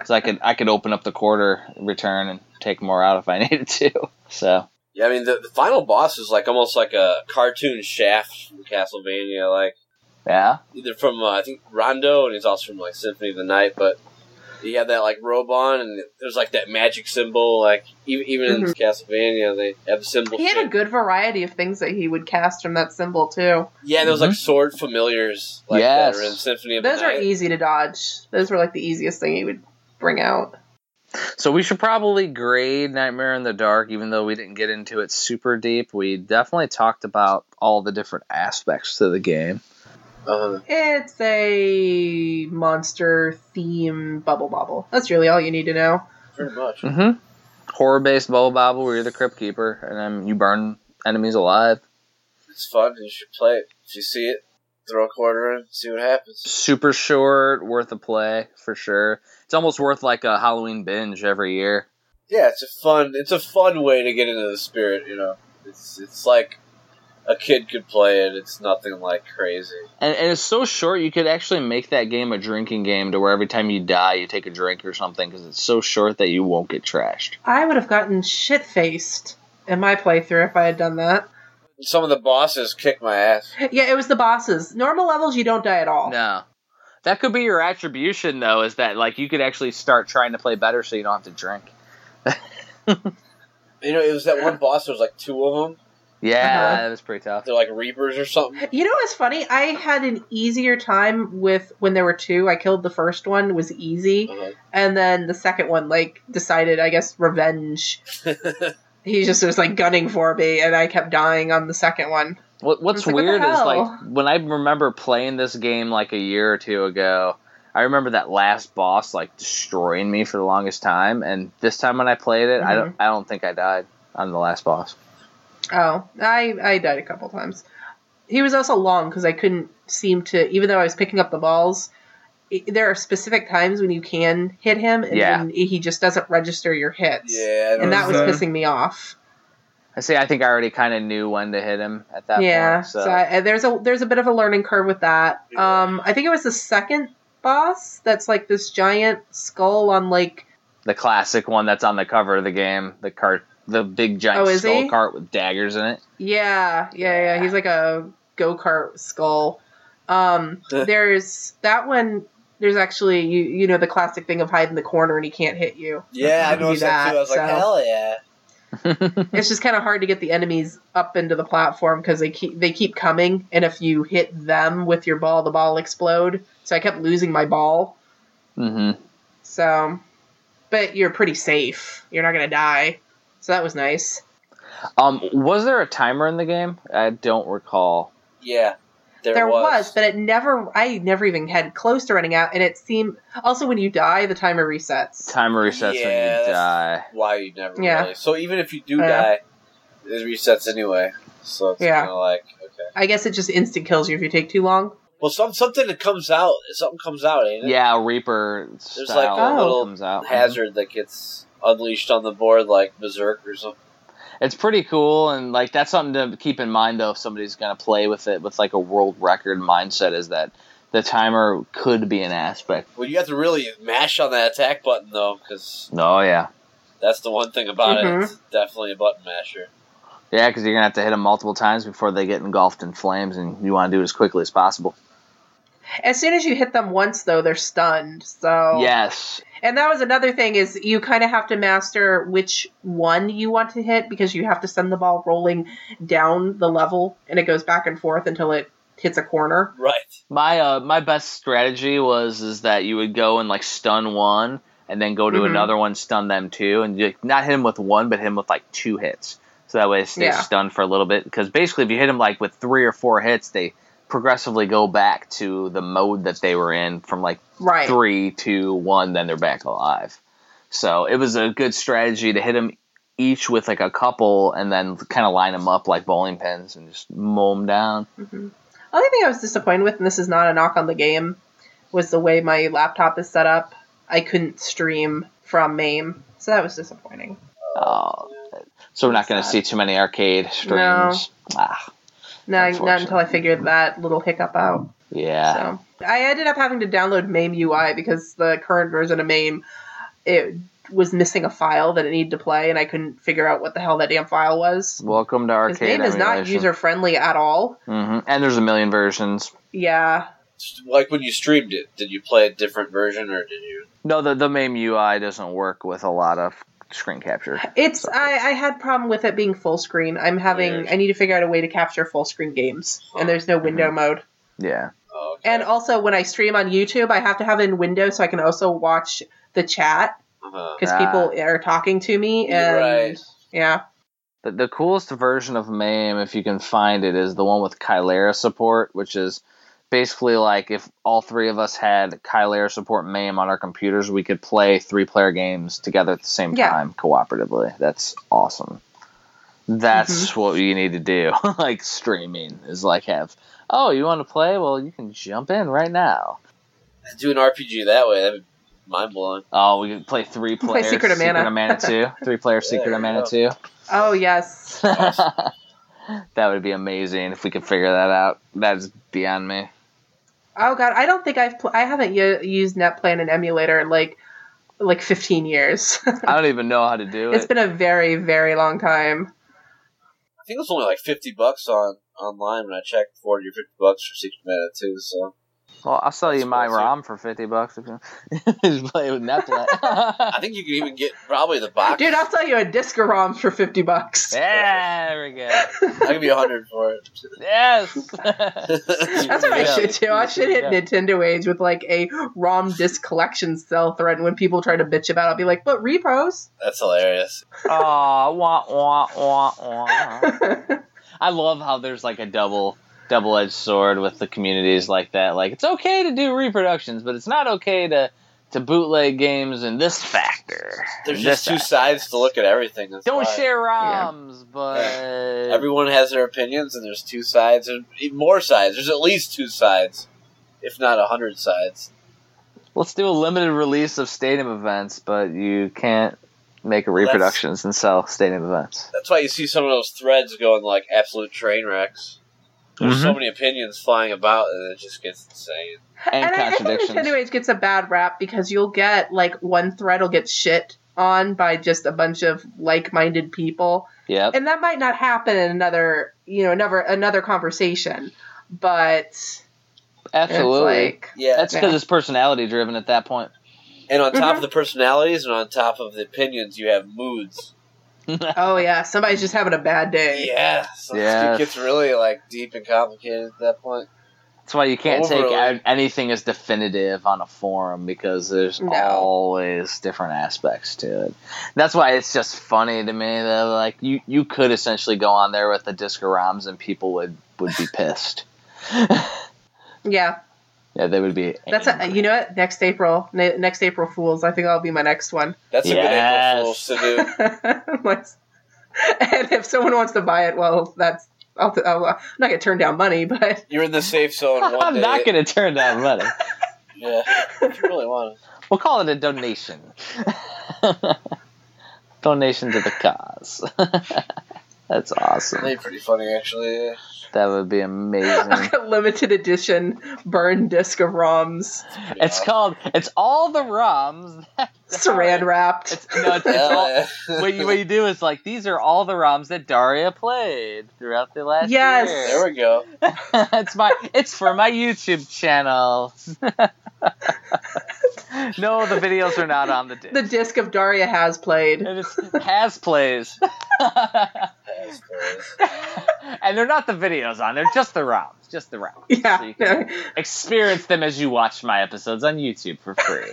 Speaker 2: So I could I could open up the quarter return and take more out if I needed to. So
Speaker 4: yeah, I mean the, the final boss is like almost like a cartoon shaft from Castlevania like
Speaker 2: yeah,
Speaker 4: either from uh, I think Rondo, and he's also from like Symphony of the Night. But he had that like robe on, and there's like that magic symbol. Like even, even in Castlevania, they have a symbol.
Speaker 5: Mm-hmm. he had a
Speaker 4: shape.
Speaker 5: good variety of things that he would cast from that symbol too.
Speaker 4: yeah, there was like sword familiars. Like, that are
Speaker 2: Yes.
Speaker 4: in Symphony of
Speaker 5: Those
Speaker 4: the
Speaker 5: are e-
Speaker 4: Night.
Speaker 5: easy to dodge. Those were like the easiest thing he would bring out.
Speaker 2: so we should probably grade Nightmare in the Dark, even though we didn't get into it super deep. We definitely talked about all the different aspects to the game.
Speaker 4: Uh,
Speaker 5: It's a monster theme bubble bobble. That's really all you need to know.
Speaker 4: pretty much.
Speaker 2: Mm-hmm. Horror based Bubble Bobble, where you're the Crypt Keeper, and um, you burn enemies alive.
Speaker 4: It's fun. and You should play it. If you see it, throw a quarter in, see what happens.
Speaker 2: Super short, worth a play for sure. It's almost worth like a Halloween binge every year.
Speaker 4: Yeah, it's a fun. It's a fun way to get into the spirit. You know, it's it's like a kid could play it. It's nothing like crazy.
Speaker 2: And, and it's so short, you could actually make that game a drinking game to where every time you die, you take a drink or something because it's so short that you won't get trashed.
Speaker 5: I would have gotten shit faced in my playthrough if I had done that.
Speaker 4: Some of the bosses kick my ass.
Speaker 5: Yeah, it was the bosses. Normal levels, you don't die at all.
Speaker 2: No. That could be your attribution, though, is that like you could actually start trying to play better so you don't have to drink.
Speaker 4: You know, it was that one boss. There was like two of them.
Speaker 2: Yeah,
Speaker 5: Uh-huh.
Speaker 2: that was pretty tough.
Speaker 4: They're like reapers or something.
Speaker 5: You know what's funny? I had an easier time with when there were two. I killed the first one was easy,
Speaker 4: Uh-huh.
Speaker 5: and then the second one like decided, I guess, revenge. he just was like gunning for me, and I kept dying on the second one.
Speaker 2: What, what's
Speaker 5: It's like, what the
Speaker 2: weird is
Speaker 5: hell?
Speaker 2: like when I remember playing this game like a year or two ago, I remember that last boss like destroying me for the longest time, and this time when I played it, I don't
Speaker 5: Mm-hmm.
Speaker 2: I don't think I died on the last boss.
Speaker 5: Oh, I I died a couple times. He was also long because I couldn't seem to, even though I was picking up the balls. i there are specific times when you can hit him, and
Speaker 2: Yeah.
Speaker 5: then he just doesn't register your hits.
Speaker 4: Yeah, I
Speaker 5: and that was
Speaker 2: Okay.
Speaker 5: pissing me off.
Speaker 2: I see. I think I already kind of knew when to hit him at that
Speaker 5: yeah
Speaker 2: point. So,
Speaker 5: so I, there's a there's a bit of a learning curve with that
Speaker 4: Yeah.
Speaker 5: um i think it was the second boss that's like this giant skull on like
Speaker 2: the classic one that's on the cover of the game, the cart, the big giant
Speaker 5: Oh, is
Speaker 2: skull
Speaker 5: he?
Speaker 2: cart with daggers in it.
Speaker 5: yeah yeah yeah he's like a go kart skull. Um, there's that one. There's actually you you know the classic thing of hide in the corner and he can't hit you.
Speaker 4: Yeah, I
Speaker 5: Do
Speaker 4: noticed that,
Speaker 5: that,
Speaker 4: too. I was
Speaker 5: so-
Speaker 4: like, hell yeah.
Speaker 5: It's just kind of hard to get the enemies up into the platform because they keep they keep coming, and if you hit them with your ball, the ball will explode. So I kept losing my ball.
Speaker 2: Mm-hmm.
Speaker 5: So, but you're pretty safe. You're not gonna die. So that was nice.
Speaker 2: Um, was there a timer in the game? I don't recall.
Speaker 4: Yeah, there,
Speaker 5: There was.
Speaker 4: was.
Speaker 5: but it never. I never even had close to running out, and it seemed also when you die, the timer resets.
Speaker 2: Timer resets when
Speaker 4: Yeah.
Speaker 2: you die.
Speaker 4: Why you never
Speaker 5: Yeah.
Speaker 4: really. So even if you do
Speaker 5: Yeah.
Speaker 4: die, it resets anyway. So it's
Speaker 5: Yeah.
Speaker 4: kind of like okay.
Speaker 5: I guess it just instant kills you if you take too long.
Speaker 4: Well, some something that comes out, something comes out, ain't it?
Speaker 2: Yeah, Reaper
Speaker 4: There's
Speaker 2: style
Speaker 4: like
Speaker 5: a
Speaker 4: little
Speaker 2: comes out.
Speaker 4: Hazard that gets unleashed on the board like Berserk or something.
Speaker 2: It's pretty cool, and like that's something to keep in mind though. If somebody's gonna play with it with like a world record mindset, is that the timer could be an aspect.
Speaker 4: Well, you have to really mash on that attack button though, because
Speaker 2: Oh yeah,
Speaker 4: that's the one thing about
Speaker 5: Mhm.
Speaker 4: it. It's definitely a button masher.
Speaker 2: yeah, because you're gonna have to hit them multiple times before they get engulfed in flames, and you want to do it as quickly as possible.
Speaker 5: As soon as you hit them once, though, they're stunned. So
Speaker 2: Yes,
Speaker 5: And that was another thing is you kind of have to master which one you want to hit because you have to send the ball rolling down the level and it goes back and forth until it hits a corner.
Speaker 4: Right.
Speaker 2: my uh, my best strategy was is that you would go and like stun one, and then go to
Speaker 5: Mhm.
Speaker 2: another one, stun them two, and you, not hit him with one, but hit him with like two hits. So that way it stays
Speaker 5: Yeah.
Speaker 2: stunned for a little bit. Because basically, if you hit him like with three or four hits, they progressively go back to the mode that they were in from like
Speaker 5: Right.
Speaker 2: three, two, one, then they're back alive. So it was a good strategy to hit them each with like a couple, and then kind of line them up like bowling pins and just mow them down.
Speaker 5: Mhm. Other thing I was disappointed with, and this is not a knock on the game, was the way my laptop is set up. I couldn't stream from MAME, so that was disappointing.
Speaker 2: Oh, so we're not going to
Speaker 5: Sad.
Speaker 2: see too many arcade streams.
Speaker 5: No.
Speaker 2: Ah,
Speaker 5: Not, not
Speaker 2: Unfortunate.
Speaker 5: until I figured that little hiccup out.
Speaker 2: yeah.
Speaker 5: So I ended up having to download MAME UI because the current version of MAME it was missing a file that it needed to play, and I couldn't figure out what the hell that damn file was.
Speaker 2: Welcome to
Speaker 5: Because
Speaker 2: arcade
Speaker 5: MAME is not
Speaker 2: emulation.
Speaker 5: user friendly at all.
Speaker 2: Mhm. And there's a million versions.
Speaker 5: Yeah,
Speaker 4: Like when you streamed it, did you play a different version or did you?
Speaker 2: No, the the MAME UI doesn't work with a lot of screen capture.
Speaker 5: it's I, I had problem with it being full screen. I'm having
Speaker 4: Weird.
Speaker 5: I need to figure out a way to capture full screen games, and there's no window mode.
Speaker 2: Yeah.
Speaker 4: Oh, okay.
Speaker 5: And also, when I stream on YouTube, I have to have it in window so I can also watch the chat
Speaker 4: uh-huh.
Speaker 5: because
Speaker 2: Ah.
Speaker 5: people are talking to me,
Speaker 4: You're
Speaker 5: and
Speaker 4: right.
Speaker 5: yeah,
Speaker 2: The, the coolest version of MAME, if you can find it, is the one with Kylera support, which is basically like if all three of us had Kylera support MAME on our computers, we could play three player games together at the same
Speaker 5: Yeah.
Speaker 2: time cooperatively. That's awesome. That's
Speaker 5: Mm-hmm.
Speaker 2: what you need to do. like streaming is like have, oh, you want to play? Well, you can jump in right now.
Speaker 4: Do an RPG that way. That'd be mind blowing.
Speaker 2: Oh, we could play three
Speaker 5: Play
Speaker 2: players.
Speaker 5: Secret of Mana.
Speaker 2: Two. Three player Secret of
Speaker 4: there you
Speaker 2: Mana Two.
Speaker 5: oh yes.
Speaker 2: that would be amazing if we could figure that out. That's beyond me.
Speaker 5: Oh god, I don't think I've pl- I haven't u- used NetPlan and emulator in like like 15 years.
Speaker 2: I don't even know how to do
Speaker 5: it's
Speaker 2: it.
Speaker 5: been a very very long time.
Speaker 4: I think it was only like fifty bucks on online when I checked, forty or fifty bucks for Secret Mana too. So
Speaker 2: Well, I'll sell you
Speaker 4: That's
Speaker 2: my
Speaker 4: cool, too.
Speaker 2: ROM for fifty bucks if you just play with Netplay.
Speaker 4: I think you can even get probably the box.
Speaker 5: Dude, I'll sell you a disc of ROM for 50 bucks.
Speaker 2: there we go.
Speaker 4: I'll give you a hundred for it.
Speaker 2: Yes.
Speaker 5: That's what I
Speaker 2: Yeah.
Speaker 5: should do. I should hit
Speaker 2: Yeah.
Speaker 5: Nintendo Age with like a ROM disc collection sell thread. And when people try to bitch about, it, I'll be like, "But repos."
Speaker 4: That's hilarious.
Speaker 2: Aw, wah wah wah wah. I love how there's like a double double edged sword with the communities like that. Like it's okay to do reproductions, but it's not okay to to bootleg games in this factor.
Speaker 4: There's
Speaker 2: In
Speaker 4: just
Speaker 2: this
Speaker 4: two
Speaker 2: factor.
Speaker 4: sides to look at everything. That's
Speaker 2: Don't
Speaker 4: why.
Speaker 2: share ROMs, but
Speaker 4: Everyone has their opinions, and there's two sides, and even more sides. There's at least two sides, if not a hundred sides.
Speaker 2: let's do a limited release of stadium events, but you can't make reproductions and sell stadium events.
Speaker 4: That's why you see some of those threads going like absolute train wrecks. There's so many opinions flying about, and it just gets insane.
Speaker 2: And,
Speaker 5: and I, I think
Speaker 2: contradictions.
Speaker 5: Nintendo Age gets a bad rap because you'll get like one thread will get shit on by just a bunch of like-minded people
Speaker 2: yep.
Speaker 5: and that might not happen in another you know another another conversation but
Speaker 2: Absolutely.
Speaker 5: it's like
Speaker 4: Yeah,
Speaker 2: That's Mm-hmm. because it's personality driven at that point.
Speaker 4: and on top of the personalities and on top of the opinions, you have moods.
Speaker 5: oh yeah, somebody's just having a bad day.
Speaker 4: Yeah, so
Speaker 2: Yes.
Speaker 4: it gets really like deep and complicated at that point.
Speaker 2: That's why you can't take
Speaker 4: Overly.
Speaker 2: out anything as definitive on a forum because there's
Speaker 5: No.
Speaker 2: always different aspects to it. That's why it's just funny to me that like you, you could essentially go on there with the Discoroms and people would, would be pissed.
Speaker 5: Yeah,
Speaker 2: Yeah, they would be.
Speaker 5: that's a, you know what? Next April, ne- next April Fools. I think that'll be my next one.
Speaker 4: That's a
Speaker 2: Yes.
Speaker 4: good April Fool's to do.
Speaker 5: Let's- and if someone wants to buy it, well, that's I'll, I'll, I'm not gonna turn down money, but
Speaker 4: You're in the safe zone. One
Speaker 2: I'm
Speaker 4: day.
Speaker 2: not going to turn down money.
Speaker 4: Yeah, if you really want to.
Speaker 2: We'll call it a donation. donation to the cause. That's awesome.
Speaker 4: That'd be pretty funny, actually.
Speaker 2: That would be amazing.
Speaker 5: I've got limited edition burn disc of ROMs,
Speaker 2: It's called. It's all the ROMs. that-
Speaker 5: saran wrapped.
Speaker 2: It's, no, it's, it's all,
Speaker 4: Yeah.
Speaker 2: what, you, what you do is like these are all the ROMs that Daria played throughout the last
Speaker 5: Yes.
Speaker 4: There
Speaker 2: year.
Speaker 4: we go.
Speaker 2: it's my. It's for my YouTube channel. no, the videos are not on the disc.
Speaker 5: The disc of Daria has played.
Speaker 2: and it's has plays.
Speaker 4: Yes, there is.
Speaker 2: and they're not the videos on. They're just the ROMs. Just the ROMs. So
Speaker 5: Yeah,
Speaker 2: you can experience them as you watch my episodes on YouTube for free.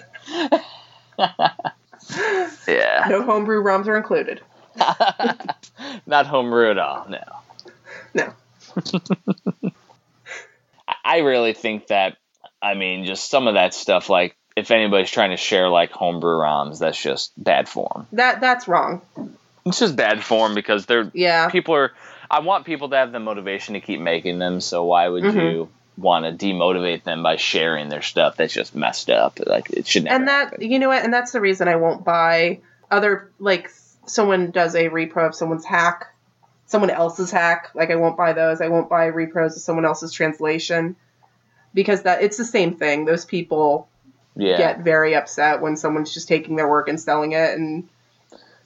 Speaker 2: yeah.
Speaker 5: no homebrew ROMs are included.
Speaker 2: Not homebrew at all, no.
Speaker 5: No.
Speaker 2: I- I really think that, I mean, just some of that stuff, like, if anybody's trying to share, like, homebrew ROMs, that's just bad form.
Speaker 5: That that's wrong.
Speaker 2: It's just bad form because they're,
Speaker 5: Yeah,
Speaker 2: people are, I want people to have the motivation to keep making them, so why would
Speaker 5: Mhm.
Speaker 2: you want to demotivate them by sharing their stuff that's just messed up? Like, it should never
Speaker 5: and that
Speaker 2: happen.
Speaker 5: you know what? And that's the reason I won't buy other like someone does a repro of someone's hack, someone else's hack. Like I won't buy those. I won't buy repros of someone else's translation because that it's the same thing. Those people
Speaker 2: Yeah.
Speaker 5: get very upset when someone's just taking their work and selling it, and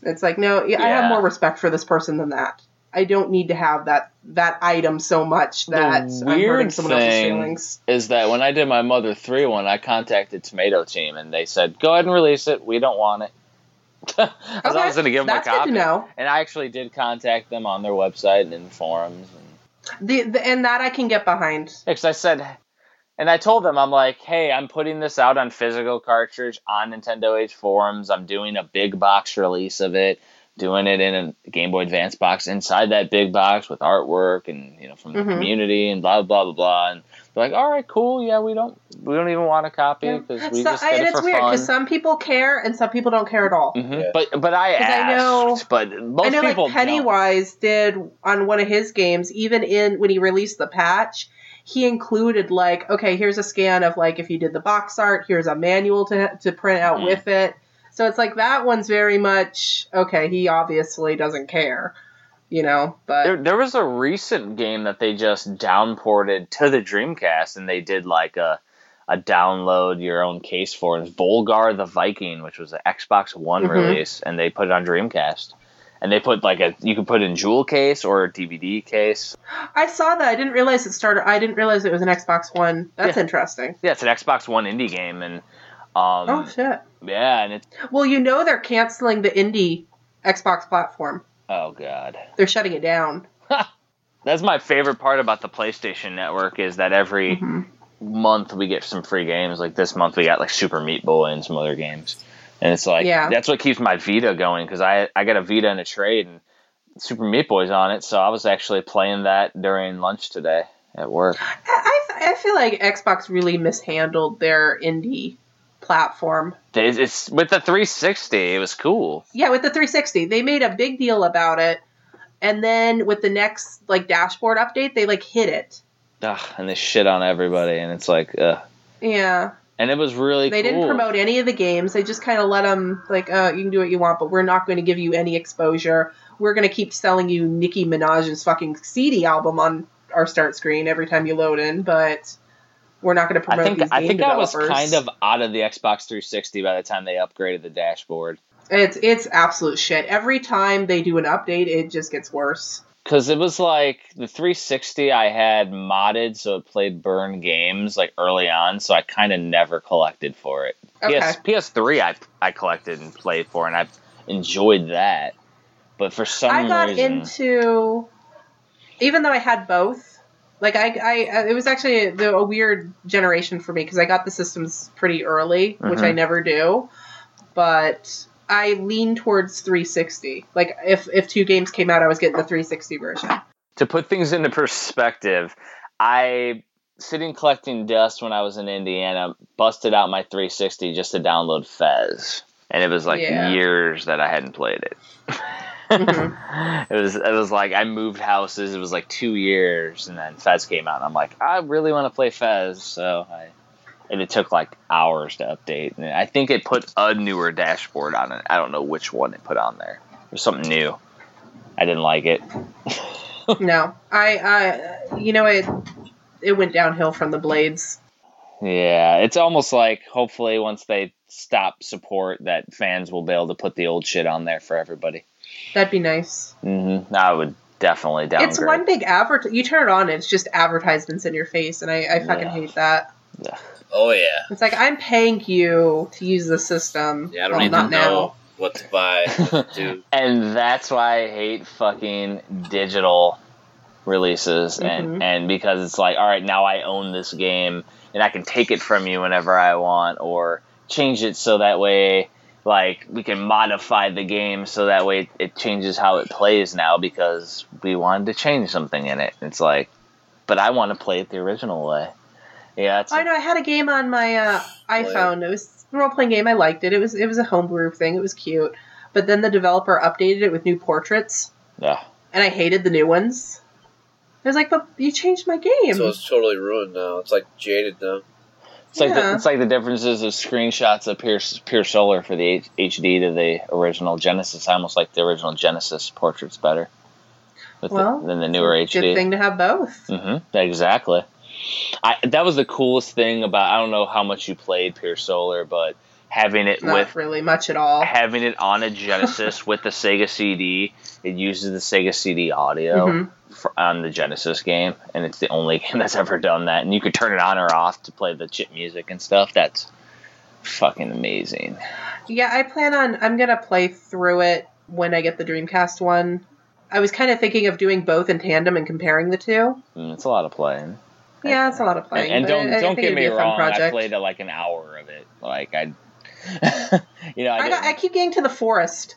Speaker 5: it's like, no, yeah, I have
Speaker 2: Yeah.
Speaker 5: more respect for this person than that. I don't need to have that that item so much that I'm hurting
Speaker 2: weird
Speaker 5: someone else's
Speaker 2: thing-
Speaker 5: feelings.
Speaker 2: is that when I did my Mother 3 one, I contacted Tomato Team and they said, go ahead and release it. We don't want it. 'Cause I was going to give them
Speaker 5: That's
Speaker 2: a
Speaker 5: good
Speaker 2: copy.
Speaker 5: to know.
Speaker 2: And I actually did contact them on their website and in forums. And,
Speaker 5: The, the and that I can get behind.
Speaker 2: because I said, and I told them, I'm like, hey, I'm putting this out on physical cartridge on Nintendo Age forums. I'm doing a big box release of it, doing it in a Game Boy Advance box inside that big box with artwork and you know from
Speaker 5: Mhm.
Speaker 2: the community and blah blah blah blah. And they're like, all right, cool, yeah, we don't we don't even want to copy
Speaker 5: Yeah.
Speaker 2: because we
Speaker 5: So-
Speaker 2: just
Speaker 5: I-
Speaker 2: did
Speaker 5: and
Speaker 2: it
Speaker 5: it's
Speaker 2: for
Speaker 5: weird
Speaker 2: fun.
Speaker 5: because some people care and some people don't care at all.
Speaker 2: Mhm.
Speaker 4: Yeah.
Speaker 2: But but I
Speaker 5: 'Cause I know-
Speaker 2: asked, but most
Speaker 5: I know,
Speaker 2: people
Speaker 5: like
Speaker 2: don't.
Speaker 5: Pennywise did on one of his games, even in when he released the patch, he included like, okay, here's a scan of like if you did the box art, here's a manual to to print out
Speaker 2: Mhm.
Speaker 5: with it. So it's like that one's very much okay. He obviously doesn't care, you know. But
Speaker 2: There, there was a recent game that they just downported to the Dreamcast, and they did like a a download your own case for it. It was Volgar the Viking, which was an Xbox One
Speaker 5: Mhm.
Speaker 2: release, and they put it on Dreamcast. And they put like a you could put it in jewel case or a DVD case.
Speaker 5: I saw that. I didn't realize it started. I didn't realize it was an Xbox One. That's
Speaker 2: Yeah.
Speaker 5: interesting.
Speaker 2: Yeah, it's an Xbox One indie game, and um,
Speaker 5: oh shit.
Speaker 2: yeah, and it's
Speaker 5: Well, you know they're canceling the indie Xbox platform.
Speaker 2: oh god.
Speaker 5: They're shutting it down.
Speaker 2: That's my favorite part about the PlayStation Network is that
Speaker 5: Mm-hmm.
Speaker 2: every month we get some free games. Like this month we got like Super Meat Boy and some other games, and it's like
Speaker 5: Yeah.
Speaker 2: that's what keeps my Vita going because I I got a Vita in a trade and Super Meat Boy's on it, so I was actually playing that during lunch today at work.
Speaker 5: I, I, I feel like Xbox really mishandled their indie platform.
Speaker 2: It's, it's with the 360, it was cool.
Speaker 5: Yeah, with the 360, they made a big deal about it, and then with the next like dashboard update, they like hit it.
Speaker 2: Ugh, and they shit on everybody, and it's like, ugh.
Speaker 5: Yeah,
Speaker 2: and it was really
Speaker 5: they
Speaker 2: cool.
Speaker 5: didn't promote any of the games. They just kind of let them like, uh, you can do what you want, but we're not going to give you any exposure. We're going to keep selling you Nicki Minaj's fucking CD album on our start screen every time you load in, but we're not going to promote
Speaker 2: I think
Speaker 5: these game
Speaker 2: I think I was
Speaker 5: developers.
Speaker 2: kind of out of the Xbox 360 by the time they upgraded the dashboard.
Speaker 5: It's it's absolute shit. Every time they do an update, it just gets worse.
Speaker 2: because it was like the 360 I had modded, so it played burn games like early on, so I kind of never collected for it.
Speaker 5: Okay.
Speaker 2: PS PS3 I I collected and played for, and I enjoyed that. But for some
Speaker 5: I got
Speaker 2: reason,
Speaker 5: into, even though I had both, like I, I, uh, it was actually the, a weird generation for me because I got the systems pretty early, which I
Speaker 2: Mhm.
Speaker 5: never do, but I lean towards 360. Like if if two games came out, I was getting the 360 version.
Speaker 2: to put things into perspective, I sitting collecting dust when I was in Indiana, busted out my 360 just to download Fez, and it was like
Speaker 5: Yeah.
Speaker 2: years that I hadn't played it. it was it was like I moved houses. It was like two years, and then Fez came out. And I'm like, I really want to play Fez, so I. And it took like hours to update, and I think it put a newer dashboard on it. I don't know which one it put on there. It was something new. I didn't like it.
Speaker 5: no, I, uh, you know it, it went downhill from the blades.
Speaker 2: Yeah, it's almost like hopefully once they stop support, that fans will be able to put the old shit on there for everybody.
Speaker 5: That'd be nice.
Speaker 2: Mm-hmm. I would definitely downgrade.
Speaker 5: It's one big advert. You turn it on, it's just advertisements in your face, and I, I fucking
Speaker 2: Yeah.
Speaker 5: hate that.
Speaker 4: Oh yeah,
Speaker 5: It's like I'm paying you to use the system.
Speaker 4: yeah. I don't
Speaker 5: well,
Speaker 4: even
Speaker 5: not
Speaker 4: know
Speaker 5: now.
Speaker 4: what to buy, what to do.
Speaker 2: and that's why I hate fucking digital releases and
Speaker 5: Mhm.
Speaker 2: and because it's like all right now I own this game and I can take it from you whenever I want or change it so that way like we can modify the game so that way it changes how it plays now because we wanted to change something in it it's like but I want to play it the original way yeah it's
Speaker 5: Oh, I know I had a game on my uh, iPhone. It was a role playing game. I liked it. It was it was a homebrew thing. It was cute. But then the developer updated it with new portraits,
Speaker 2: yeah
Speaker 5: and I hated the new ones. I was like, "But you changed my game."
Speaker 4: So it's totally ruined now. It's like jaded now.
Speaker 2: It's like
Speaker 5: Yeah.
Speaker 2: the, it's like the differences of screenshots of Pure, Pure Solar for the H- HD to the original Genesis. I almost like the original Genesis portraits better with
Speaker 5: Well,
Speaker 2: the, than the newer
Speaker 5: Good
Speaker 2: HD.
Speaker 5: thing to have both.
Speaker 2: Mm-hmm. Exactly. I, that was the coolest thing about. I don't know how much you played Pure Solar, but having it
Speaker 5: Not
Speaker 2: with
Speaker 5: really much at all.
Speaker 2: having it on a Genesis with the Sega CD, it uses the Sega CD audio
Speaker 5: Mhm.
Speaker 2: for, on the Genesis game, and it's the only game that's ever done that. And you could turn it on or off to play the chip music and stuff. That's fucking amazing.
Speaker 5: Yeah, I plan on. I'm gonna play through it when I get the Dreamcast one. I was kind of thinking of doing both in tandem and comparing the two.
Speaker 2: And Mm, it's a lot of playing.
Speaker 5: Yeah, it's a lot of
Speaker 2: And,
Speaker 5: playing.
Speaker 2: and
Speaker 5: but
Speaker 2: don't
Speaker 5: I- I
Speaker 2: don't
Speaker 5: think
Speaker 2: get
Speaker 5: it'd be
Speaker 2: me
Speaker 5: a fun
Speaker 2: wrong. I
Speaker 5: project.
Speaker 2: played uh, like an hour of it. Like I, you know, I,
Speaker 5: I,
Speaker 2: didn't,
Speaker 5: got, I keep getting to the forest,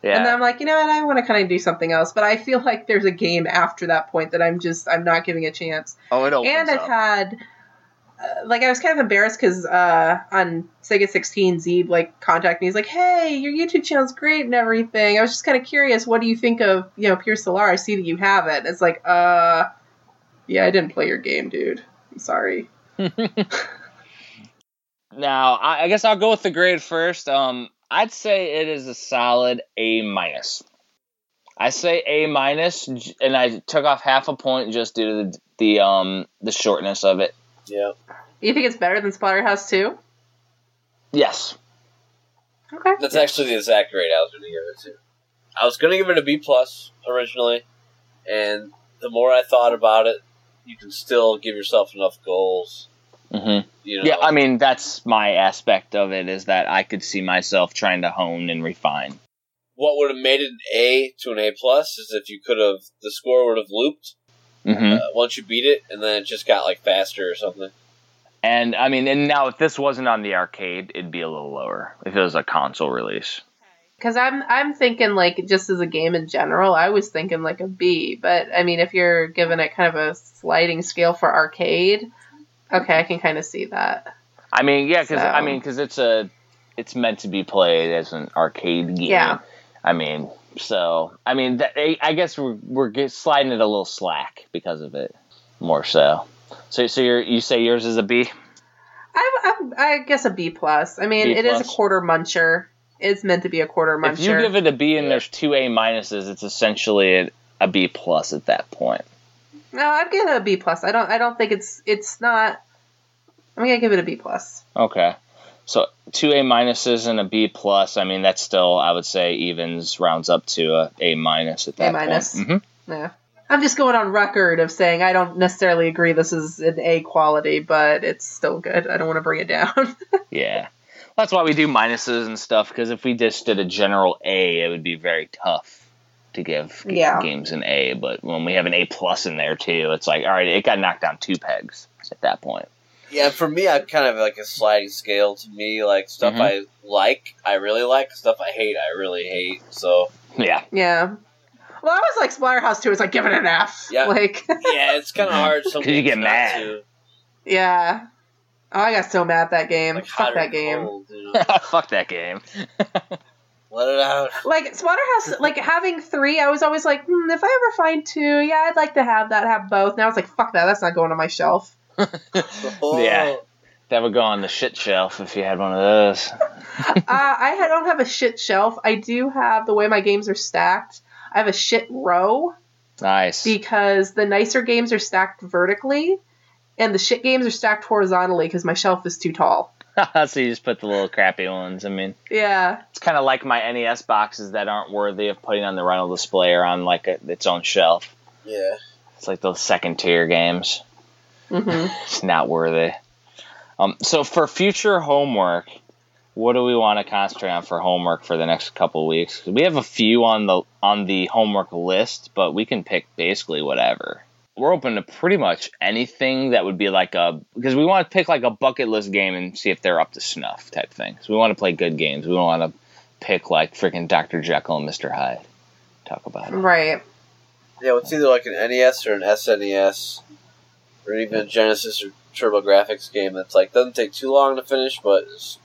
Speaker 2: yeah.
Speaker 5: and then I'm like, you know what? I want to kind of do something else, but I feel like there's a game after that point that I'm just I'm not giving a chance.
Speaker 2: oh, it opens
Speaker 5: and I've
Speaker 2: up.
Speaker 5: had, uh, like, I was kind of embarrassed because uh, on Sega 16, Zeeb like contacted me. He's like, "Hey, your YouTube channel's great and everything. I was just kind of curious. What do you think of you know Pure Solar? I see that you have it." It's like, uh, yeah, I didn't play your game, dude. I'm sorry.
Speaker 2: Now, I, I guess I'll go with the grade first. Um, I'd say it is a solid A minus. I say A minus, j- and I took off half a point just due to the, the um the shortness of it.
Speaker 4: Yeah.
Speaker 5: You think it's better than Splatterhouse 2?
Speaker 2: Yes.
Speaker 5: Okay.
Speaker 4: That's actually the exact grade I was going to give it to. I was going to give it a B plus originally, and the more I thought about it, you can still give yourself enough goals.
Speaker 2: hmm
Speaker 4: You know,
Speaker 2: Yeah, I mean that's my aspect of it is that I could see myself trying to hone and refine.
Speaker 4: what would have made it an A to an A plus is if you could have the score would have looped
Speaker 2: hmm
Speaker 4: uh, once you beat it, and then it just got like faster or something.
Speaker 2: And I mean, and now if this wasn't on the arcade, it'd be a little lower if it was a console release.
Speaker 5: Because I'm I'm thinking like just as a game in general, I was thinking like a B. But I mean, if you're giving it kind of a sliding scale for arcade, okay, I can kind of see that.
Speaker 2: I mean, yeah, because I
Speaker 5: So-
Speaker 2: mean, 'cause it's a, it's meant to be played as an arcade game.
Speaker 5: Yeah.
Speaker 2: I mean, so I mean, that, I I guess we're we're get, sliding it a little slack because of it, more so. So so you you say yours is a B?
Speaker 5: I I'm, I guess a B plus. I mean,
Speaker 2: B
Speaker 5: it is a
Speaker 2: plus?
Speaker 5: quarter muncher. It's meant to be a quarter muncher.
Speaker 2: If you give it a B and
Speaker 4: Yeah.
Speaker 2: there's two A minuses, it's essentially a, a B plus at that point.
Speaker 5: no, I'd give it a B plus. I don't I don't think it's it's not. I'm gonna give it a B plus.
Speaker 2: Okay. So two A minuses and a B plus. I mean, that's still I would say evens rounds up to a A minus at that
Speaker 5: A minus.
Speaker 2: point. Mhm.
Speaker 5: Yeah. I'm just going on record of saying I don't necessarily agree this is an A quality, but it's still good. I don't want to bring it down.
Speaker 2: Yeah. That's why we do minuses and stuff, because if we just did a general A, it would be very tough to give g-
Speaker 5: Yeah.
Speaker 2: games an A. But when we have an A plus in there too, it's like, all right, it got knocked down two pegs at that point.
Speaker 4: Yeah, for me, I'm kind of like a sliding scale to me. Like stuff
Speaker 2: Mhm.
Speaker 4: I like, I really like. Stuff I hate, I really hate. So
Speaker 2: Yeah.
Speaker 5: yeah. Well, I was like Splatterhouse 2. It's like, give it an F.
Speaker 4: Yeah.
Speaker 5: Like,
Speaker 4: yeah, it's kind of hard. Some
Speaker 2: 'Cause you
Speaker 4: games
Speaker 2: get
Speaker 4: not
Speaker 2: mad.
Speaker 4: to.
Speaker 5: yeah. Oh, I got so mad at that game.
Speaker 4: Like hot
Speaker 5: Fuck
Speaker 4: or
Speaker 5: that game.
Speaker 4: cold, you know?
Speaker 2: Fuck that game.
Speaker 4: Let it out.
Speaker 5: Like Splatterhouse, like having three, I was always like, hmm, if I ever find two, yeah, I'd like to have that, have both. Now it's like, fuck that, that's not going on my shelf.
Speaker 4: Oh.
Speaker 2: Yeah. That would go on the shit shelf if you had one of those.
Speaker 5: uh, I ha- don't have a shit shelf. I do have the way my games are stacked. I have a shit row
Speaker 2: Nice.
Speaker 5: because the nicer games are stacked vertically, and the shit games are stacked horizontally because my shelf is too tall.
Speaker 2: so you just put the little crappy ones. I mean,
Speaker 5: Yeah,
Speaker 2: it's kind of like my NES boxes that aren't worthy of putting on the rental display or on like a, its own shelf.
Speaker 4: Yeah.
Speaker 2: It's like those second tier games.
Speaker 5: hmm
Speaker 2: It's not worthy. Um, so for future homework, what do we want to concentrate on for homework for the next couple weeks? 'Cause We have a few on the on the homework list, but we can pick basically whatever. We're open to pretty much anything that would be like a because we want to pick like a bucket list game and see if they're up to snuff type thing. So we want to play good games. We don't want to pick like freaking Dr. Jekyll and Mr. Hyde. Talk about it.
Speaker 5: right.
Speaker 4: Yeah, it's either like an NES or an SNES, or even a Genesis or Turbo Graphics game that's like doesn't take too long to finish, but it's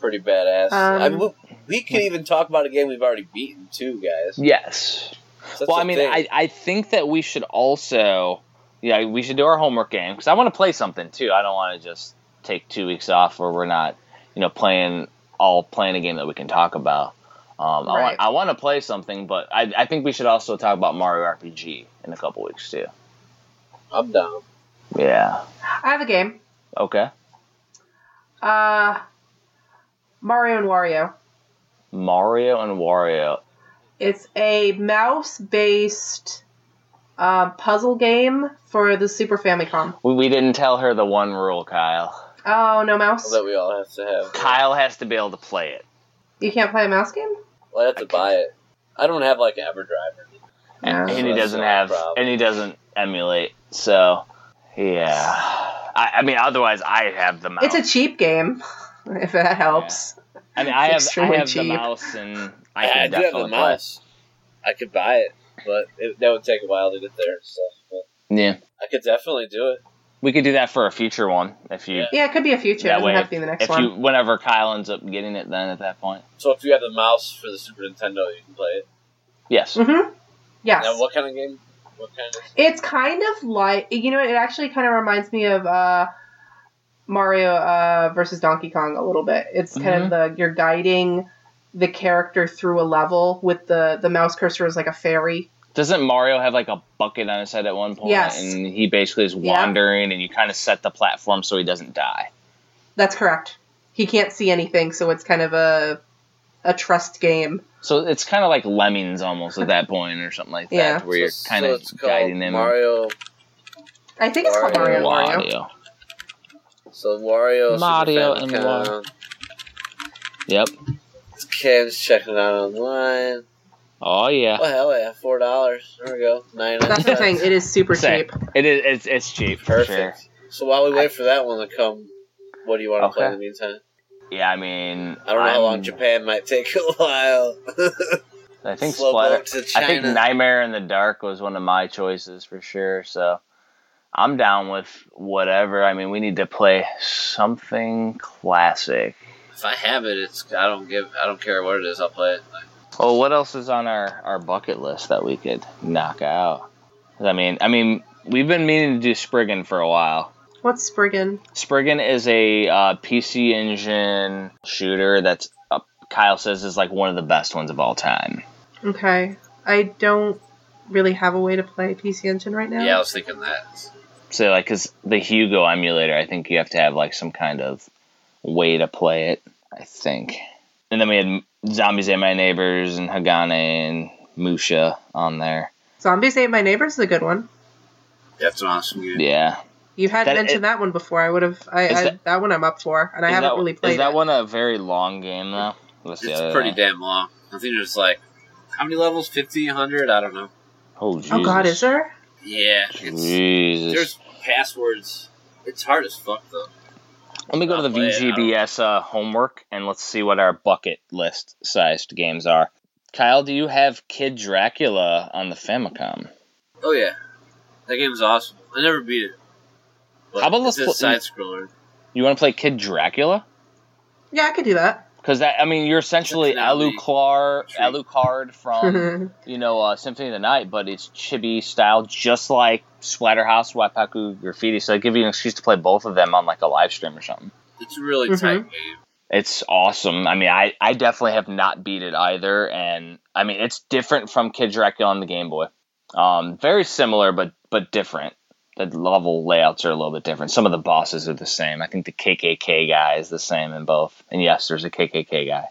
Speaker 4: pretty badass. I
Speaker 5: Um,
Speaker 4: mean, we- we could even talk about a game we've already beaten too, guys.
Speaker 2: Yes.
Speaker 4: That's
Speaker 2: well,
Speaker 4: the
Speaker 2: I mean,
Speaker 4: thing.
Speaker 2: I, I think that we should also, yeah, we should do our homework game because I want to play something too. I don't want to just take two weeks off where we're not, you know, playing all playing a game that we can talk about. Um, I
Speaker 5: Right.
Speaker 2: want I want to play something, but I, I think we should also talk about Mario RPG in a couple weeks too.
Speaker 4: I'm down.
Speaker 2: Yeah.
Speaker 5: I have a game.
Speaker 2: Okay.
Speaker 5: Uh, Mario and Wario.
Speaker 2: Mario and Wario.
Speaker 5: It's a mouse-based uh, puzzle game for the Super Famicom.
Speaker 2: We, we didn't tell her the one rule, Kyle.
Speaker 5: Oh, no mouse.
Speaker 4: That we all have to have.
Speaker 2: Kyle has to be able to play it.
Speaker 5: You can't play a mouse game?
Speaker 4: Well, I have to buy it. I don't have like an EverDrive. or anything.
Speaker 2: and,
Speaker 5: Yeah.
Speaker 2: and he
Speaker 4: That's
Speaker 2: doesn't
Speaker 4: not a
Speaker 2: have
Speaker 4: problem.
Speaker 2: and he doesn't emulate so yeah I, I mean otherwise i have the mouse
Speaker 5: It's a cheap game, if that helps.
Speaker 2: i mean i have, I
Speaker 5: extremely
Speaker 2: have the
Speaker 5: cheap.
Speaker 2: mouse and i
Speaker 4: I,
Speaker 2: can
Speaker 4: I do have
Speaker 2: definitely
Speaker 4: the mouse. I could buy it, but it, that would take a while to get there. So but
Speaker 2: play yeah
Speaker 4: I could definitely do it.
Speaker 2: we could do that for a future one if you
Speaker 5: Yeah, it could be a future. it
Speaker 2: that
Speaker 5: doesn't
Speaker 2: way
Speaker 5: have to be the next
Speaker 2: if
Speaker 5: one.
Speaker 2: you whenever kyle ends up getting it then at that point
Speaker 4: So if you have the mouse for the Super Nintendo, you can play it.
Speaker 2: yes
Speaker 5: hmm Yes.
Speaker 4: Now, what kind of game? What kind of?
Speaker 5: It's kind of like you know, it actually kind of reminds me of uh, Mario uh, versus Donkey Kong a little bit. It's
Speaker 2: Mm-hmm.
Speaker 5: kind of the you're guiding the character through a level with the the mouse cursor is like a fairy.
Speaker 2: doesn't mario have like a bucket on his head at one point
Speaker 5: Yes.
Speaker 2: and he basically is
Speaker 5: Yeah.
Speaker 2: wandering and you kind of set the platform so he doesn't die
Speaker 5: That's correct. He can't see anything, so it's kind of a a trust game.
Speaker 2: so it's kind of like lemmings almost at that point or something like that
Speaker 5: Yeah.
Speaker 2: where you're
Speaker 4: so-
Speaker 2: kind
Speaker 4: so
Speaker 2: of
Speaker 4: it's called
Speaker 2: guiding him
Speaker 4: Mario.
Speaker 5: I think it's called Mario
Speaker 4: Mario
Speaker 5: and Wario.
Speaker 2: Wario.
Speaker 4: So Wario.
Speaker 2: Mario
Speaker 4: Super
Speaker 2: and
Speaker 4: Famicom.
Speaker 2: Wario. Yep.
Speaker 4: Kids checking it out online.
Speaker 2: Oh yeah.
Speaker 4: Oh hell yeah, four dollars. There we go. Nine.
Speaker 5: That's the thing. It is super
Speaker 2: Say.
Speaker 5: cheap.
Speaker 2: It is. It's, it's cheap for
Speaker 4: Perfect. So while we wait for that one to come, what do you want to play
Speaker 2: Okay.
Speaker 4: in the meantime?
Speaker 2: sure. Yeah, I mean,
Speaker 4: I don't know how
Speaker 2: I'm-
Speaker 4: long Japan might take a while.
Speaker 2: I think
Speaker 4: Slow
Speaker 2: Splatter.
Speaker 4: boat to
Speaker 2: I think
Speaker 4: China.
Speaker 2: Nightmare in the Dark was one of my choices for sure. So I'm down with whatever. I mean, we need to play something classic.
Speaker 4: If I have it, it's I don't give I don't care what it is. I'll play it.
Speaker 2: Well, Oh, what else is on our, our bucket list that we could knock out? 'Cause I mean, I mean, we've been meaning to do Spriggan for a while.
Speaker 5: What's Spriggan?
Speaker 2: Spriggan is a uh, PC Engine shooter that's uh, Kyle says is like one of the best ones of all time.
Speaker 5: Okay, I don't really have a way to play PC Engine right now.
Speaker 4: Yeah, I was thinking that.
Speaker 2: So like, cause the Hugo emulator, I think you have to have like some kind of way to play it. I think. And then we had Zombies and My Neighbors and Hagane and Musha on there.
Speaker 5: Zombies Ate My Neighbors is a good one.
Speaker 6: That's an awesome game.
Speaker 2: Yeah.
Speaker 5: You had
Speaker 2: That-
Speaker 5: mentioned
Speaker 2: it-
Speaker 5: that one before. I would have. I,
Speaker 2: Is
Speaker 5: I that,
Speaker 2: that-
Speaker 5: one I'm up for, and I
Speaker 2: is
Speaker 5: haven't
Speaker 2: that,
Speaker 5: really played
Speaker 2: Is that
Speaker 5: it.
Speaker 2: one a very long game though? That's the
Speaker 6: It's
Speaker 2: other
Speaker 6: pretty
Speaker 2: thing.
Speaker 6: damn long. I think there's like how many levels? 50, 100? I don't know.
Speaker 2: Oh, Jesus.
Speaker 5: Oh God, is there?
Speaker 6: Yeah, it's,
Speaker 2: Jesus.
Speaker 6: there's passwords. It's hard as fuck though.
Speaker 2: Let me go to the
Speaker 6: I'll play it. I don't-
Speaker 2: VGBS uh, homework and let's see what our bucket list sized games are. Kyle, do you have Kid Dracula on the Famicom?
Speaker 6: Oh yeah, that game is awesome. I never beat it. But
Speaker 2: How about
Speaker 6: it's
Speaker 2: let's
Speaker 6: a
Speaker 2: pl-
Speaker 6: side scroller?
Speaker 2: You want to play Kid Dracula?
Speaker 5: Yeah, I could do that.
Speaker 2: Because that, I mean, you're essentially
Speaker 6: That's an
Speaker 2: Alucard,
Speaker 6: True.
Speaker 2: Alucard from you know uh, Symphony of the Night, but it's chibi style, just like Splatterhouse, Waipaku Graffiti. So I give you an excuse to play both of them on like a live stream or something.
Speaker 6: It's a really
Speaker 5: Mhm.
Speaker 6: tight game.
Speaker 2: It's awesome. I mean, I, I definitely have not beat it either, and I mean it's different from Kid Dracula on the Game Boy. Um, very similar, but but different. The level layouts are a little bit different. Some of the bosses are the same. I think the KKK guy is the same in both. And yes, there's a KKK guy.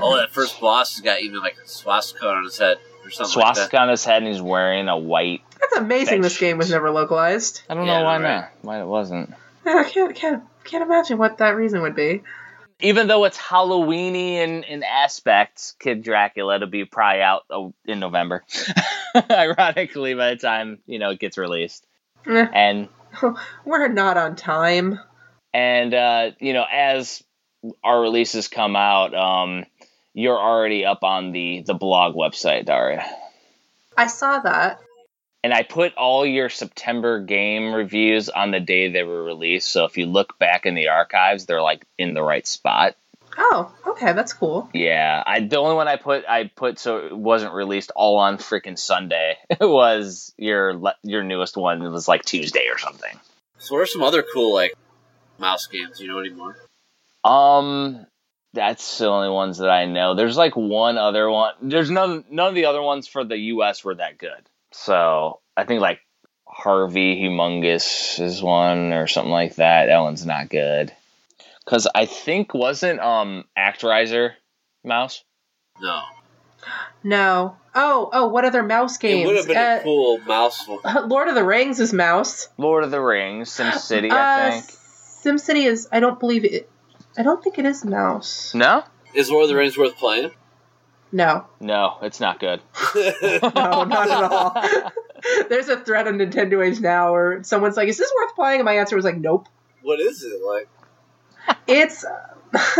Speaker 6: Oh, that first boss has got even like a swastika on his head or something. like
Speaker 2: Swastika on his head, and he's wearing a white.
Speaker 5: That's amazing. This
Speaker 2: Thanks.
Speaker 5: game was never localized.
Speaker 2: I don't
Speaker 6: Yeah,
Speaker 2: know why
Speaker 6: right.
Speaker 2: not. Why it wasn't.
Speaker 5: I can't can't can't imagine what that reason would be.
Speaker 2: even though it's Halloweeny in, in aspects, Kid Dracula will be probably out oh, in November. Ironically, by the time you know it gets released,
Speaker 5: Eh,
Speaker 2: and
Speaker 5: We're not on time.
Speaker 2: and uh, you know as our releases come out, um, you're already up on the the blog website, Daria.
Speaker 5: I saw that.
Speaker 2: And I put all your September game reviews on the day they were released. So if you look back in the archives, they're like in the right spot.
Speaker 5: Oh, okay, that's cool.
Speaker 2: Yeah, I the only one I put I put so it wasn't released all on freaking Sunday was your le- your newest one It was like Tuesday or something.
Speaker 6: that. So what are some other cool like mouse games? You know anymore?
Speaker 2: Um, that's the only ones that I know. There's like one other one. There's none none of the other ones for the U.S. were that good. So I think like Harvey Humongous is one or something like that. That one's not good. Cause I think wasn't um Actorizer mouse.
Speaker 6: No.
Speaker 5: No. Oh, oh, what other mouse games?
Speaker 6: It would have been
Speaker 5: Uh,
Speaker 6: a cool mouse one.
Speaker 5: Lord of the Rings is mouse.
Speaker 2: Lord of the Rings, SimCity, I
Speaker 5: uh,
Speaker 2: think.
Speaker 5: SimCity is. I don't believe it. I don't think it is mouse.
Speaker 2: No,
Speaker 6: Is Lord of the Rings worth playing?
Speaker 5: No,
Speaker 2: no, it's not good.
Speaker 5: no, not at all. There's a thread on Nintendo Age now where someone's like, "Is this worth playing?" And my answer was like, "Nope."
Speaker 6: what is it like?
Speaker 5: It's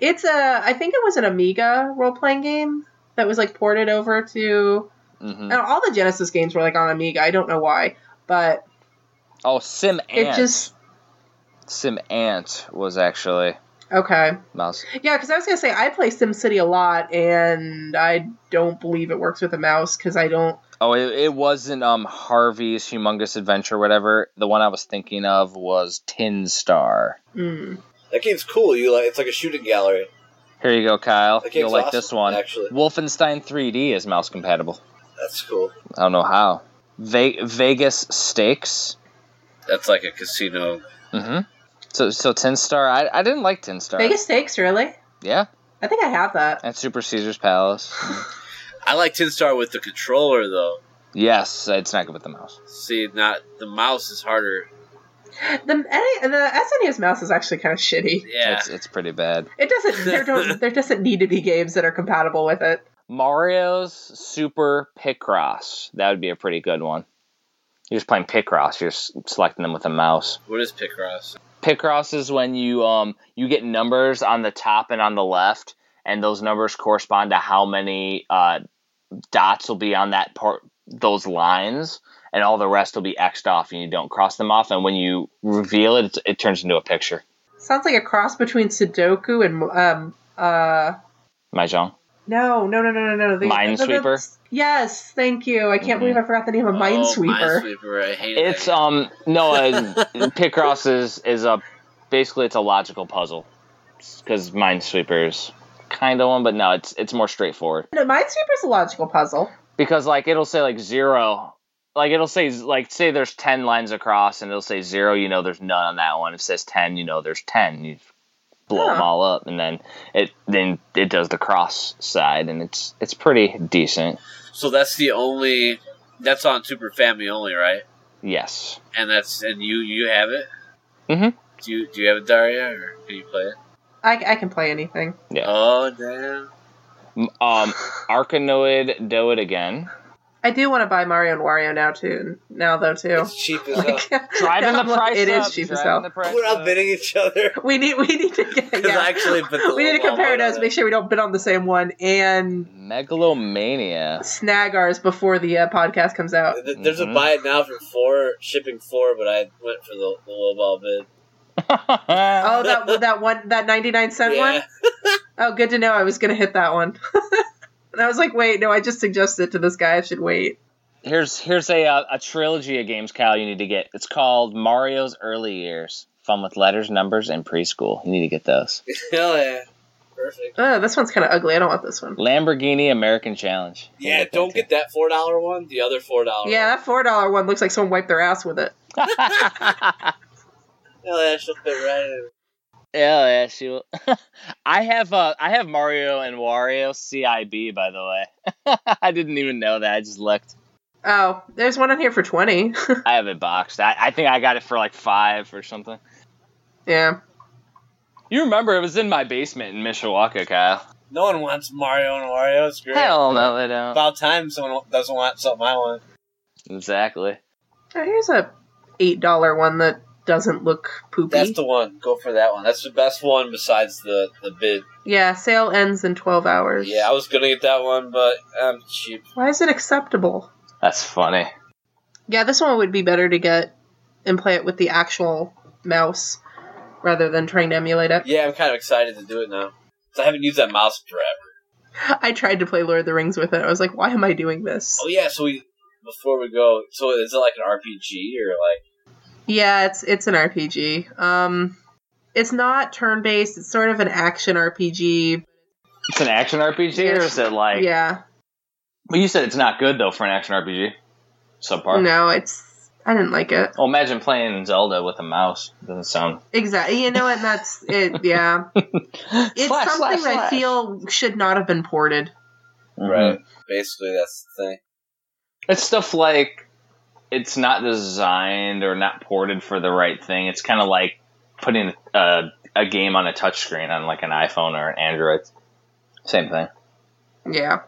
Speaker 5: it's a. I think it was an Amiga role playing game that was like ported over to.
Speaker 2: Mhm.
Speaker 5: and all the Genesis games were like on Amiga. I don't know why, but
Speaker 2: Oh, Sim
Speaker 5: it
Speaker 2: Ant.
Speaker 5: just
Speaker 2: Sim Ant was actually
Speaker 5: okay.
Speaker 2: mouse.
Speaker 5: Yeah, because I was gonna say I play SimCity a lot, and I don't believe it works with a mouse because I don't.
Speaker 2: Oh, it, it wasn't um Harvey's Humongous Adventure, whatever. The one I was thinking of was Tin Star.
Speaker 5: Mm.
Speaker 4: That game's cool. You like it's like a shooting gallery.
Speaker 2: Here you go, Kyle.
Speaker 4: That game's
Speaker 2: You'll like
Speaker 4: awesome,
Speaker 2: this one.
Speaker 4: Actually,
Speaker 2: Wolfenstein 3D is mouse compatible.
Speaker 4: that's cool.
Speaker 2: I don't know how. Ve- Vegas Stakes.
Speaker 6: That's like a casino.
Speaker 2: Mm-hmm. So, so Tin Star. I, I didn't like Tin Star.
Speaker 5: Vegas stakes, really?
Speaker 2: Yeah,
Speaker 5: I think I have that.
Speaker 2: and Super Caesar's Palace.
Speaker 6: I like Tin Star with the controller though.
Speaker 2: yes, it's not good with the mouse.
Speaker 6: See, not the mouse is harder.
Speaker 5: The NA the SNES mouse is actually kind of shitty.
Speaker 6: Yeah.
Speaker 2: It's it's pretty bad.
Speaker 5: It doesn't. There don't. there doesn't need to be games that are compatible with it.
Speaker 2: Mario's Super Picross. That would be a pretty good one. You're just playing Picross. You're s- selecting them with a mouse.
Speaker 6: What is Picross?
Speaker 2: Picross is when you um you get numbers on the top and on the left, and those numbers correspond to how many uh, dots will be on that part those lines, and all the rest will be xed off, and you don't cross them off. And when you reveal it, it's, it turns into a picture.
Speaker 5: Sounds like a cross between Sudoku and um uh
Speaker 2: Mahjong.
Speaker 5: no no no no no no the,
Speaker 2: Minesweeper?
Speaker 5: the- yes, thank you. I can't
Speaker 2: Mhm.
Speaker 5: believe I forgot the name of Minesweeper.
Speaker 6: Oh, Minesweeper. I hate
Speaker 2: It's um no, uh, Picross is is a basically it's a logical puzzle because Minesweeper's kind of one, but no, it's it's more straightforward
Speaker 5: No, Minesweeper's a logical puzzle.
Speaker 2: because like it'll say like zero, like it'll say like say there's ten lines across and it'll say zero, you know there's none on that one. If it says ten, you know there's ten. You blow them
Speaker 5: Huh.
Speaker 2: all up and then it then it does the cross side and it's it's pretty decent.
Speaker 6: So that's the only. That's on Super Family only, right?
Speaker 2: Yes.
Speaker 6: And that's and you you have it.
Speaker 2: Mhm.
Speaker 6: Do you do you have it, Daria, or can you play it?
Speaker 5: I, I can play anything.
Speaker 2: Yeah.
Speaker 6: Oh damn!
Speaker 2: Um, Arkanoid, do it again.
Speaker 5: I do want to buy Mario and Wario now too. Now though too.
Speaker 4: It's uh, cheap as hell.
Speaker 2: Driving the
Speaker 5: I'm like,
Speaker 2: price
Speaker 5: It
Speaker 2: up.
Speaker 5: is cheap as
Speaker 2: driving
Speaker 5: hell.
Speaker 2: the price
Speaker 4: We're
Speaker 2: up.
Speaker 4: outbidding each other.
Speaker 5: We need we need to get
Speaker 6: 'Cause
Speaker 5: yeah.
Speaker 6: I actually put the
Speaker 5: we need to
Speaker 6: little
Speaker 5: compare
Speaker 6: wallet on
Speaker 5: notes,
Speaker 6: it.
Speaker 5: make sure we don't bid on the same one, and
Speaker 2: Megalomania.
Speaker 5: snag ours before the uh, podcast comes out.
Speaker 4: Th- There's
Speaker 2: Mhm.
Speaker 4: a buy it now for four, shipping four, but I went for the, the low ball bid.
Speaker 5: Oh, that that one that ninety nine cent
Speaker 4: Yeah.
Speaker 5: one. Oh, good to know. I was gonna hit that one. and I was like, wait, no, I just suggested to this guy I should wait.
Speaker 2: here's here's a uh, a trilogy of games, Kyle. You need to get. It's called Mario's Early Years. Fun with letters, numbers, and preschool. You need to get those.
Speaker 4: Hell yeah. Perfect.
Speaker 5: Oh, this one's kind of ugly. I don't want this one.
Speaker 2: Lamborghini American Challenge. You
Speaker 4: Yeah,
Speaker 2: need to
Speaker 4: don't get that four dollar one. The other four dollar.
Speaker 5: Yeah, that four dollar one looks like someone wiped their ass with it.
Speaker 2: that.
Speaker 4: Hell yeah, she'll fit right in.
Speaker 2: Yeah, yeah, she will. I have uh, I have Mario and Wario CIB by the way. I didn't even know that. I just looked.
Speaker 5: Oh, there's one on here for twenty.
Speaker 2: I have it boxed. I, I think I got it for like five or something.
Speaker 5: yeah,
Speaker 2: You remember it was in my basement in Mishawaka, Kyle.
Speaker 4: No one wants Mario and Wario. It's great.
Speaker 2: Hell no, they don't.
Speaker 4: About time someone doesn't want something I want.
Speaker 2: Exactly.
Speaker 5: oh, here's a eight dollar one that doesn't look poopy.
Speaker 4: That's the one. Go for that one. That's the best one besides the the bid.
Speaker 5: yeah, sale ends in twelve hours.
Speaker 4: Yeah, I was gonna get that one, but I'm cheap.
Speaker 5: Why is it acceptable?
Speaker 2: That's funny.
Speaker 5: Yeah, this one would be better to get and play it with the actual mouse rather than trying to emulate it.
Speaker 4: Yeah, I'm kind of excited to do it now. 'Cause I haven't used that mouse in forever.
Speaker 5: I tried to play Lord of the Rings with it. I was like, why am I doing this?
Speaker 4: Oh yeah, so we before we go, so is it like an RPG or like
Speaker 5: Yeah, it's it's an RPG. Um it's not turn based, it's sort of an action RPG.
Speaker 2: It's an action RPG, or is it like?
Speaker 5: yeah.
Speaker 2: Well, you said it's not good though for an action RPG. Subpar.
Speaker 5: No, it's I didn't like it.
Speaker 2: Well, imagine playing Zelda with a mouse. Doesn't sound.
Speaker 5: Exactly. You know what? That's it. Yeah. It's
Speaker 2: Slash,
Speaker 5: something
Speaker 2: slash,
Speaker 5: that I
Speaker 2: slash.
Speaker 5: feel should not have been ported.
Speaker 4: right? Basically, that's the thing.
Speaker 2: Mm-hmm. It's stuff like it's not designed or not ported for the right thing. It's kind of like putting a, a game on a touchscreen on like an iPhone or an Android. Same thing.
Speaker 5: Yeah.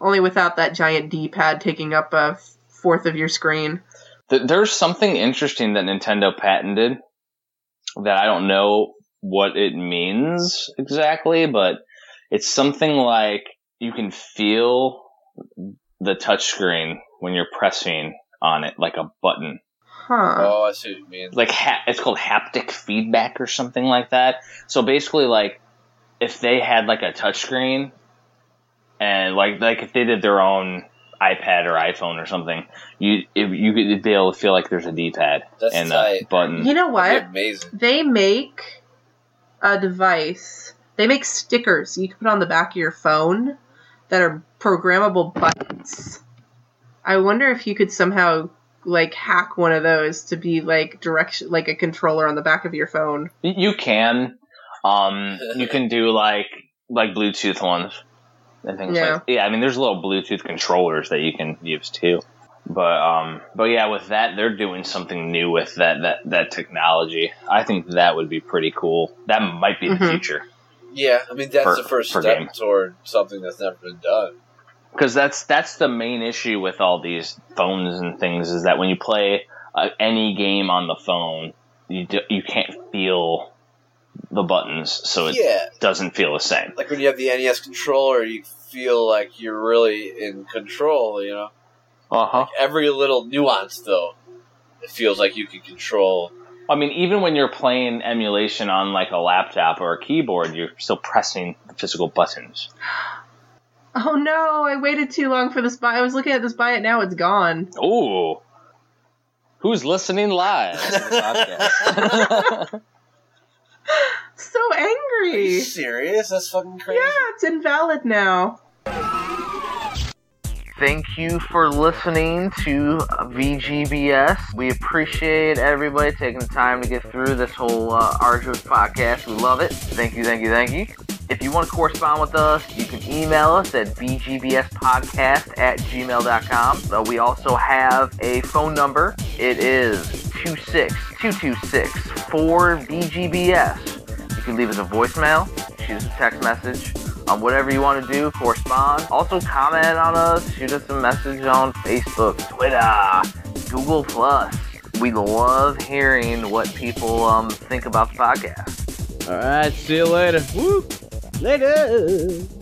Speaker 5: Only without that giant D pad taking up a fourth of your screen.
Speaker 2: Th- There's something interesting that Nintendo patented that I don't know what it means exactly, but it's something like you can feel the touchscreen when you're pressing on it like a button.
Speaker 5: Huh.
Speaker 4: Oh, I see what you mean.
Speaker 2: like ha- it's called haptic feedback or something like that. So basically, like if they had like a touchscreen, and like like if they did their own iPad or iPhone or something, you if you could be able to feel like there's a D-pad
Speaker 4: That's
Speaker 2: and uh, a
Speaker 4: tight.
Speaker 2: button.
Speaker 5: You know
Speaker 4: That'd
Speaker 5: what?
Speaker 4: be amazing.
Speaker 5: they make a device. They make stickers you can put on the back of your phone that are programmable buttons. I wonder if you could somehow like hack one of those to be like direction like a controller on the back of your phone.
Speaker 2: Y- You can, um, you can do like like Bluetooth ones. I think
Speaker 5: Yeah.
Speaker 2: yeah. like yeah. I mean, there's little Bluetooth controllers that you can use too. But um, but yeah, with that they're doing something new with that that that technology. I think that would be pretty cool. That might be the
Speaker 5: Mhm.
Speaker 2: future
Speaker 4: Yeah, I mean that's
Speaker 2: For-
Speaker 4: the first
Speaker 2: for
Speaker 4: step
Speaker 2: game.
Speaker 4: toward something that's never been done.
Speaker 2: because that's that's the main issue with all these phones and things is that when you play uh, any game on the phone, you do, you can't feel the buttons, so it
Speaker 4: yeah,
Speaker 2: doesn't feel the same.
Speaker 4: like when you have the NES controller, you feel like you're really in control. You know,
Speaker 2: Uh huh.
Speaker 4: every little nuance though, it feels like you can control.
Speaker 2: I mean, even when you're playing emulation on like a laptop or a keyboard, you're still pressing the physical buttons.
Speaker 5: Oh no, I waited too long for this buy. I was looking at this buy it now, it's gone.
Speaker 2: Ooh. Who's listening live? to the podcast?
Speaker 5: So
Speaker 4: Are you
Speaker 5: angry.
Speaker 4: serious? That's fucking crazy.
Speaker 5: Yeah, it's invalid now.
Speaker 2: Thank you for listening to VGBS. We appreciate everybody taking the time to get through this whole uh, arduous podcast. We love it. Thank you, thank you, thank you.
Speaker 7: If you want to correspond with us, you can email us at bgbspodcast at gmail.com. Uh, we also have a phone number. It is 26226 bgbs You can leave us a voicemail, shoot us a text message, um, whatever you want to do, correspond. Also, comment on us, shoot us a message on Facebook, Twitter, Google Plus. We love hearing what people um, think about the podcast.
Speaker 8: All right, see you later. Woo! Later.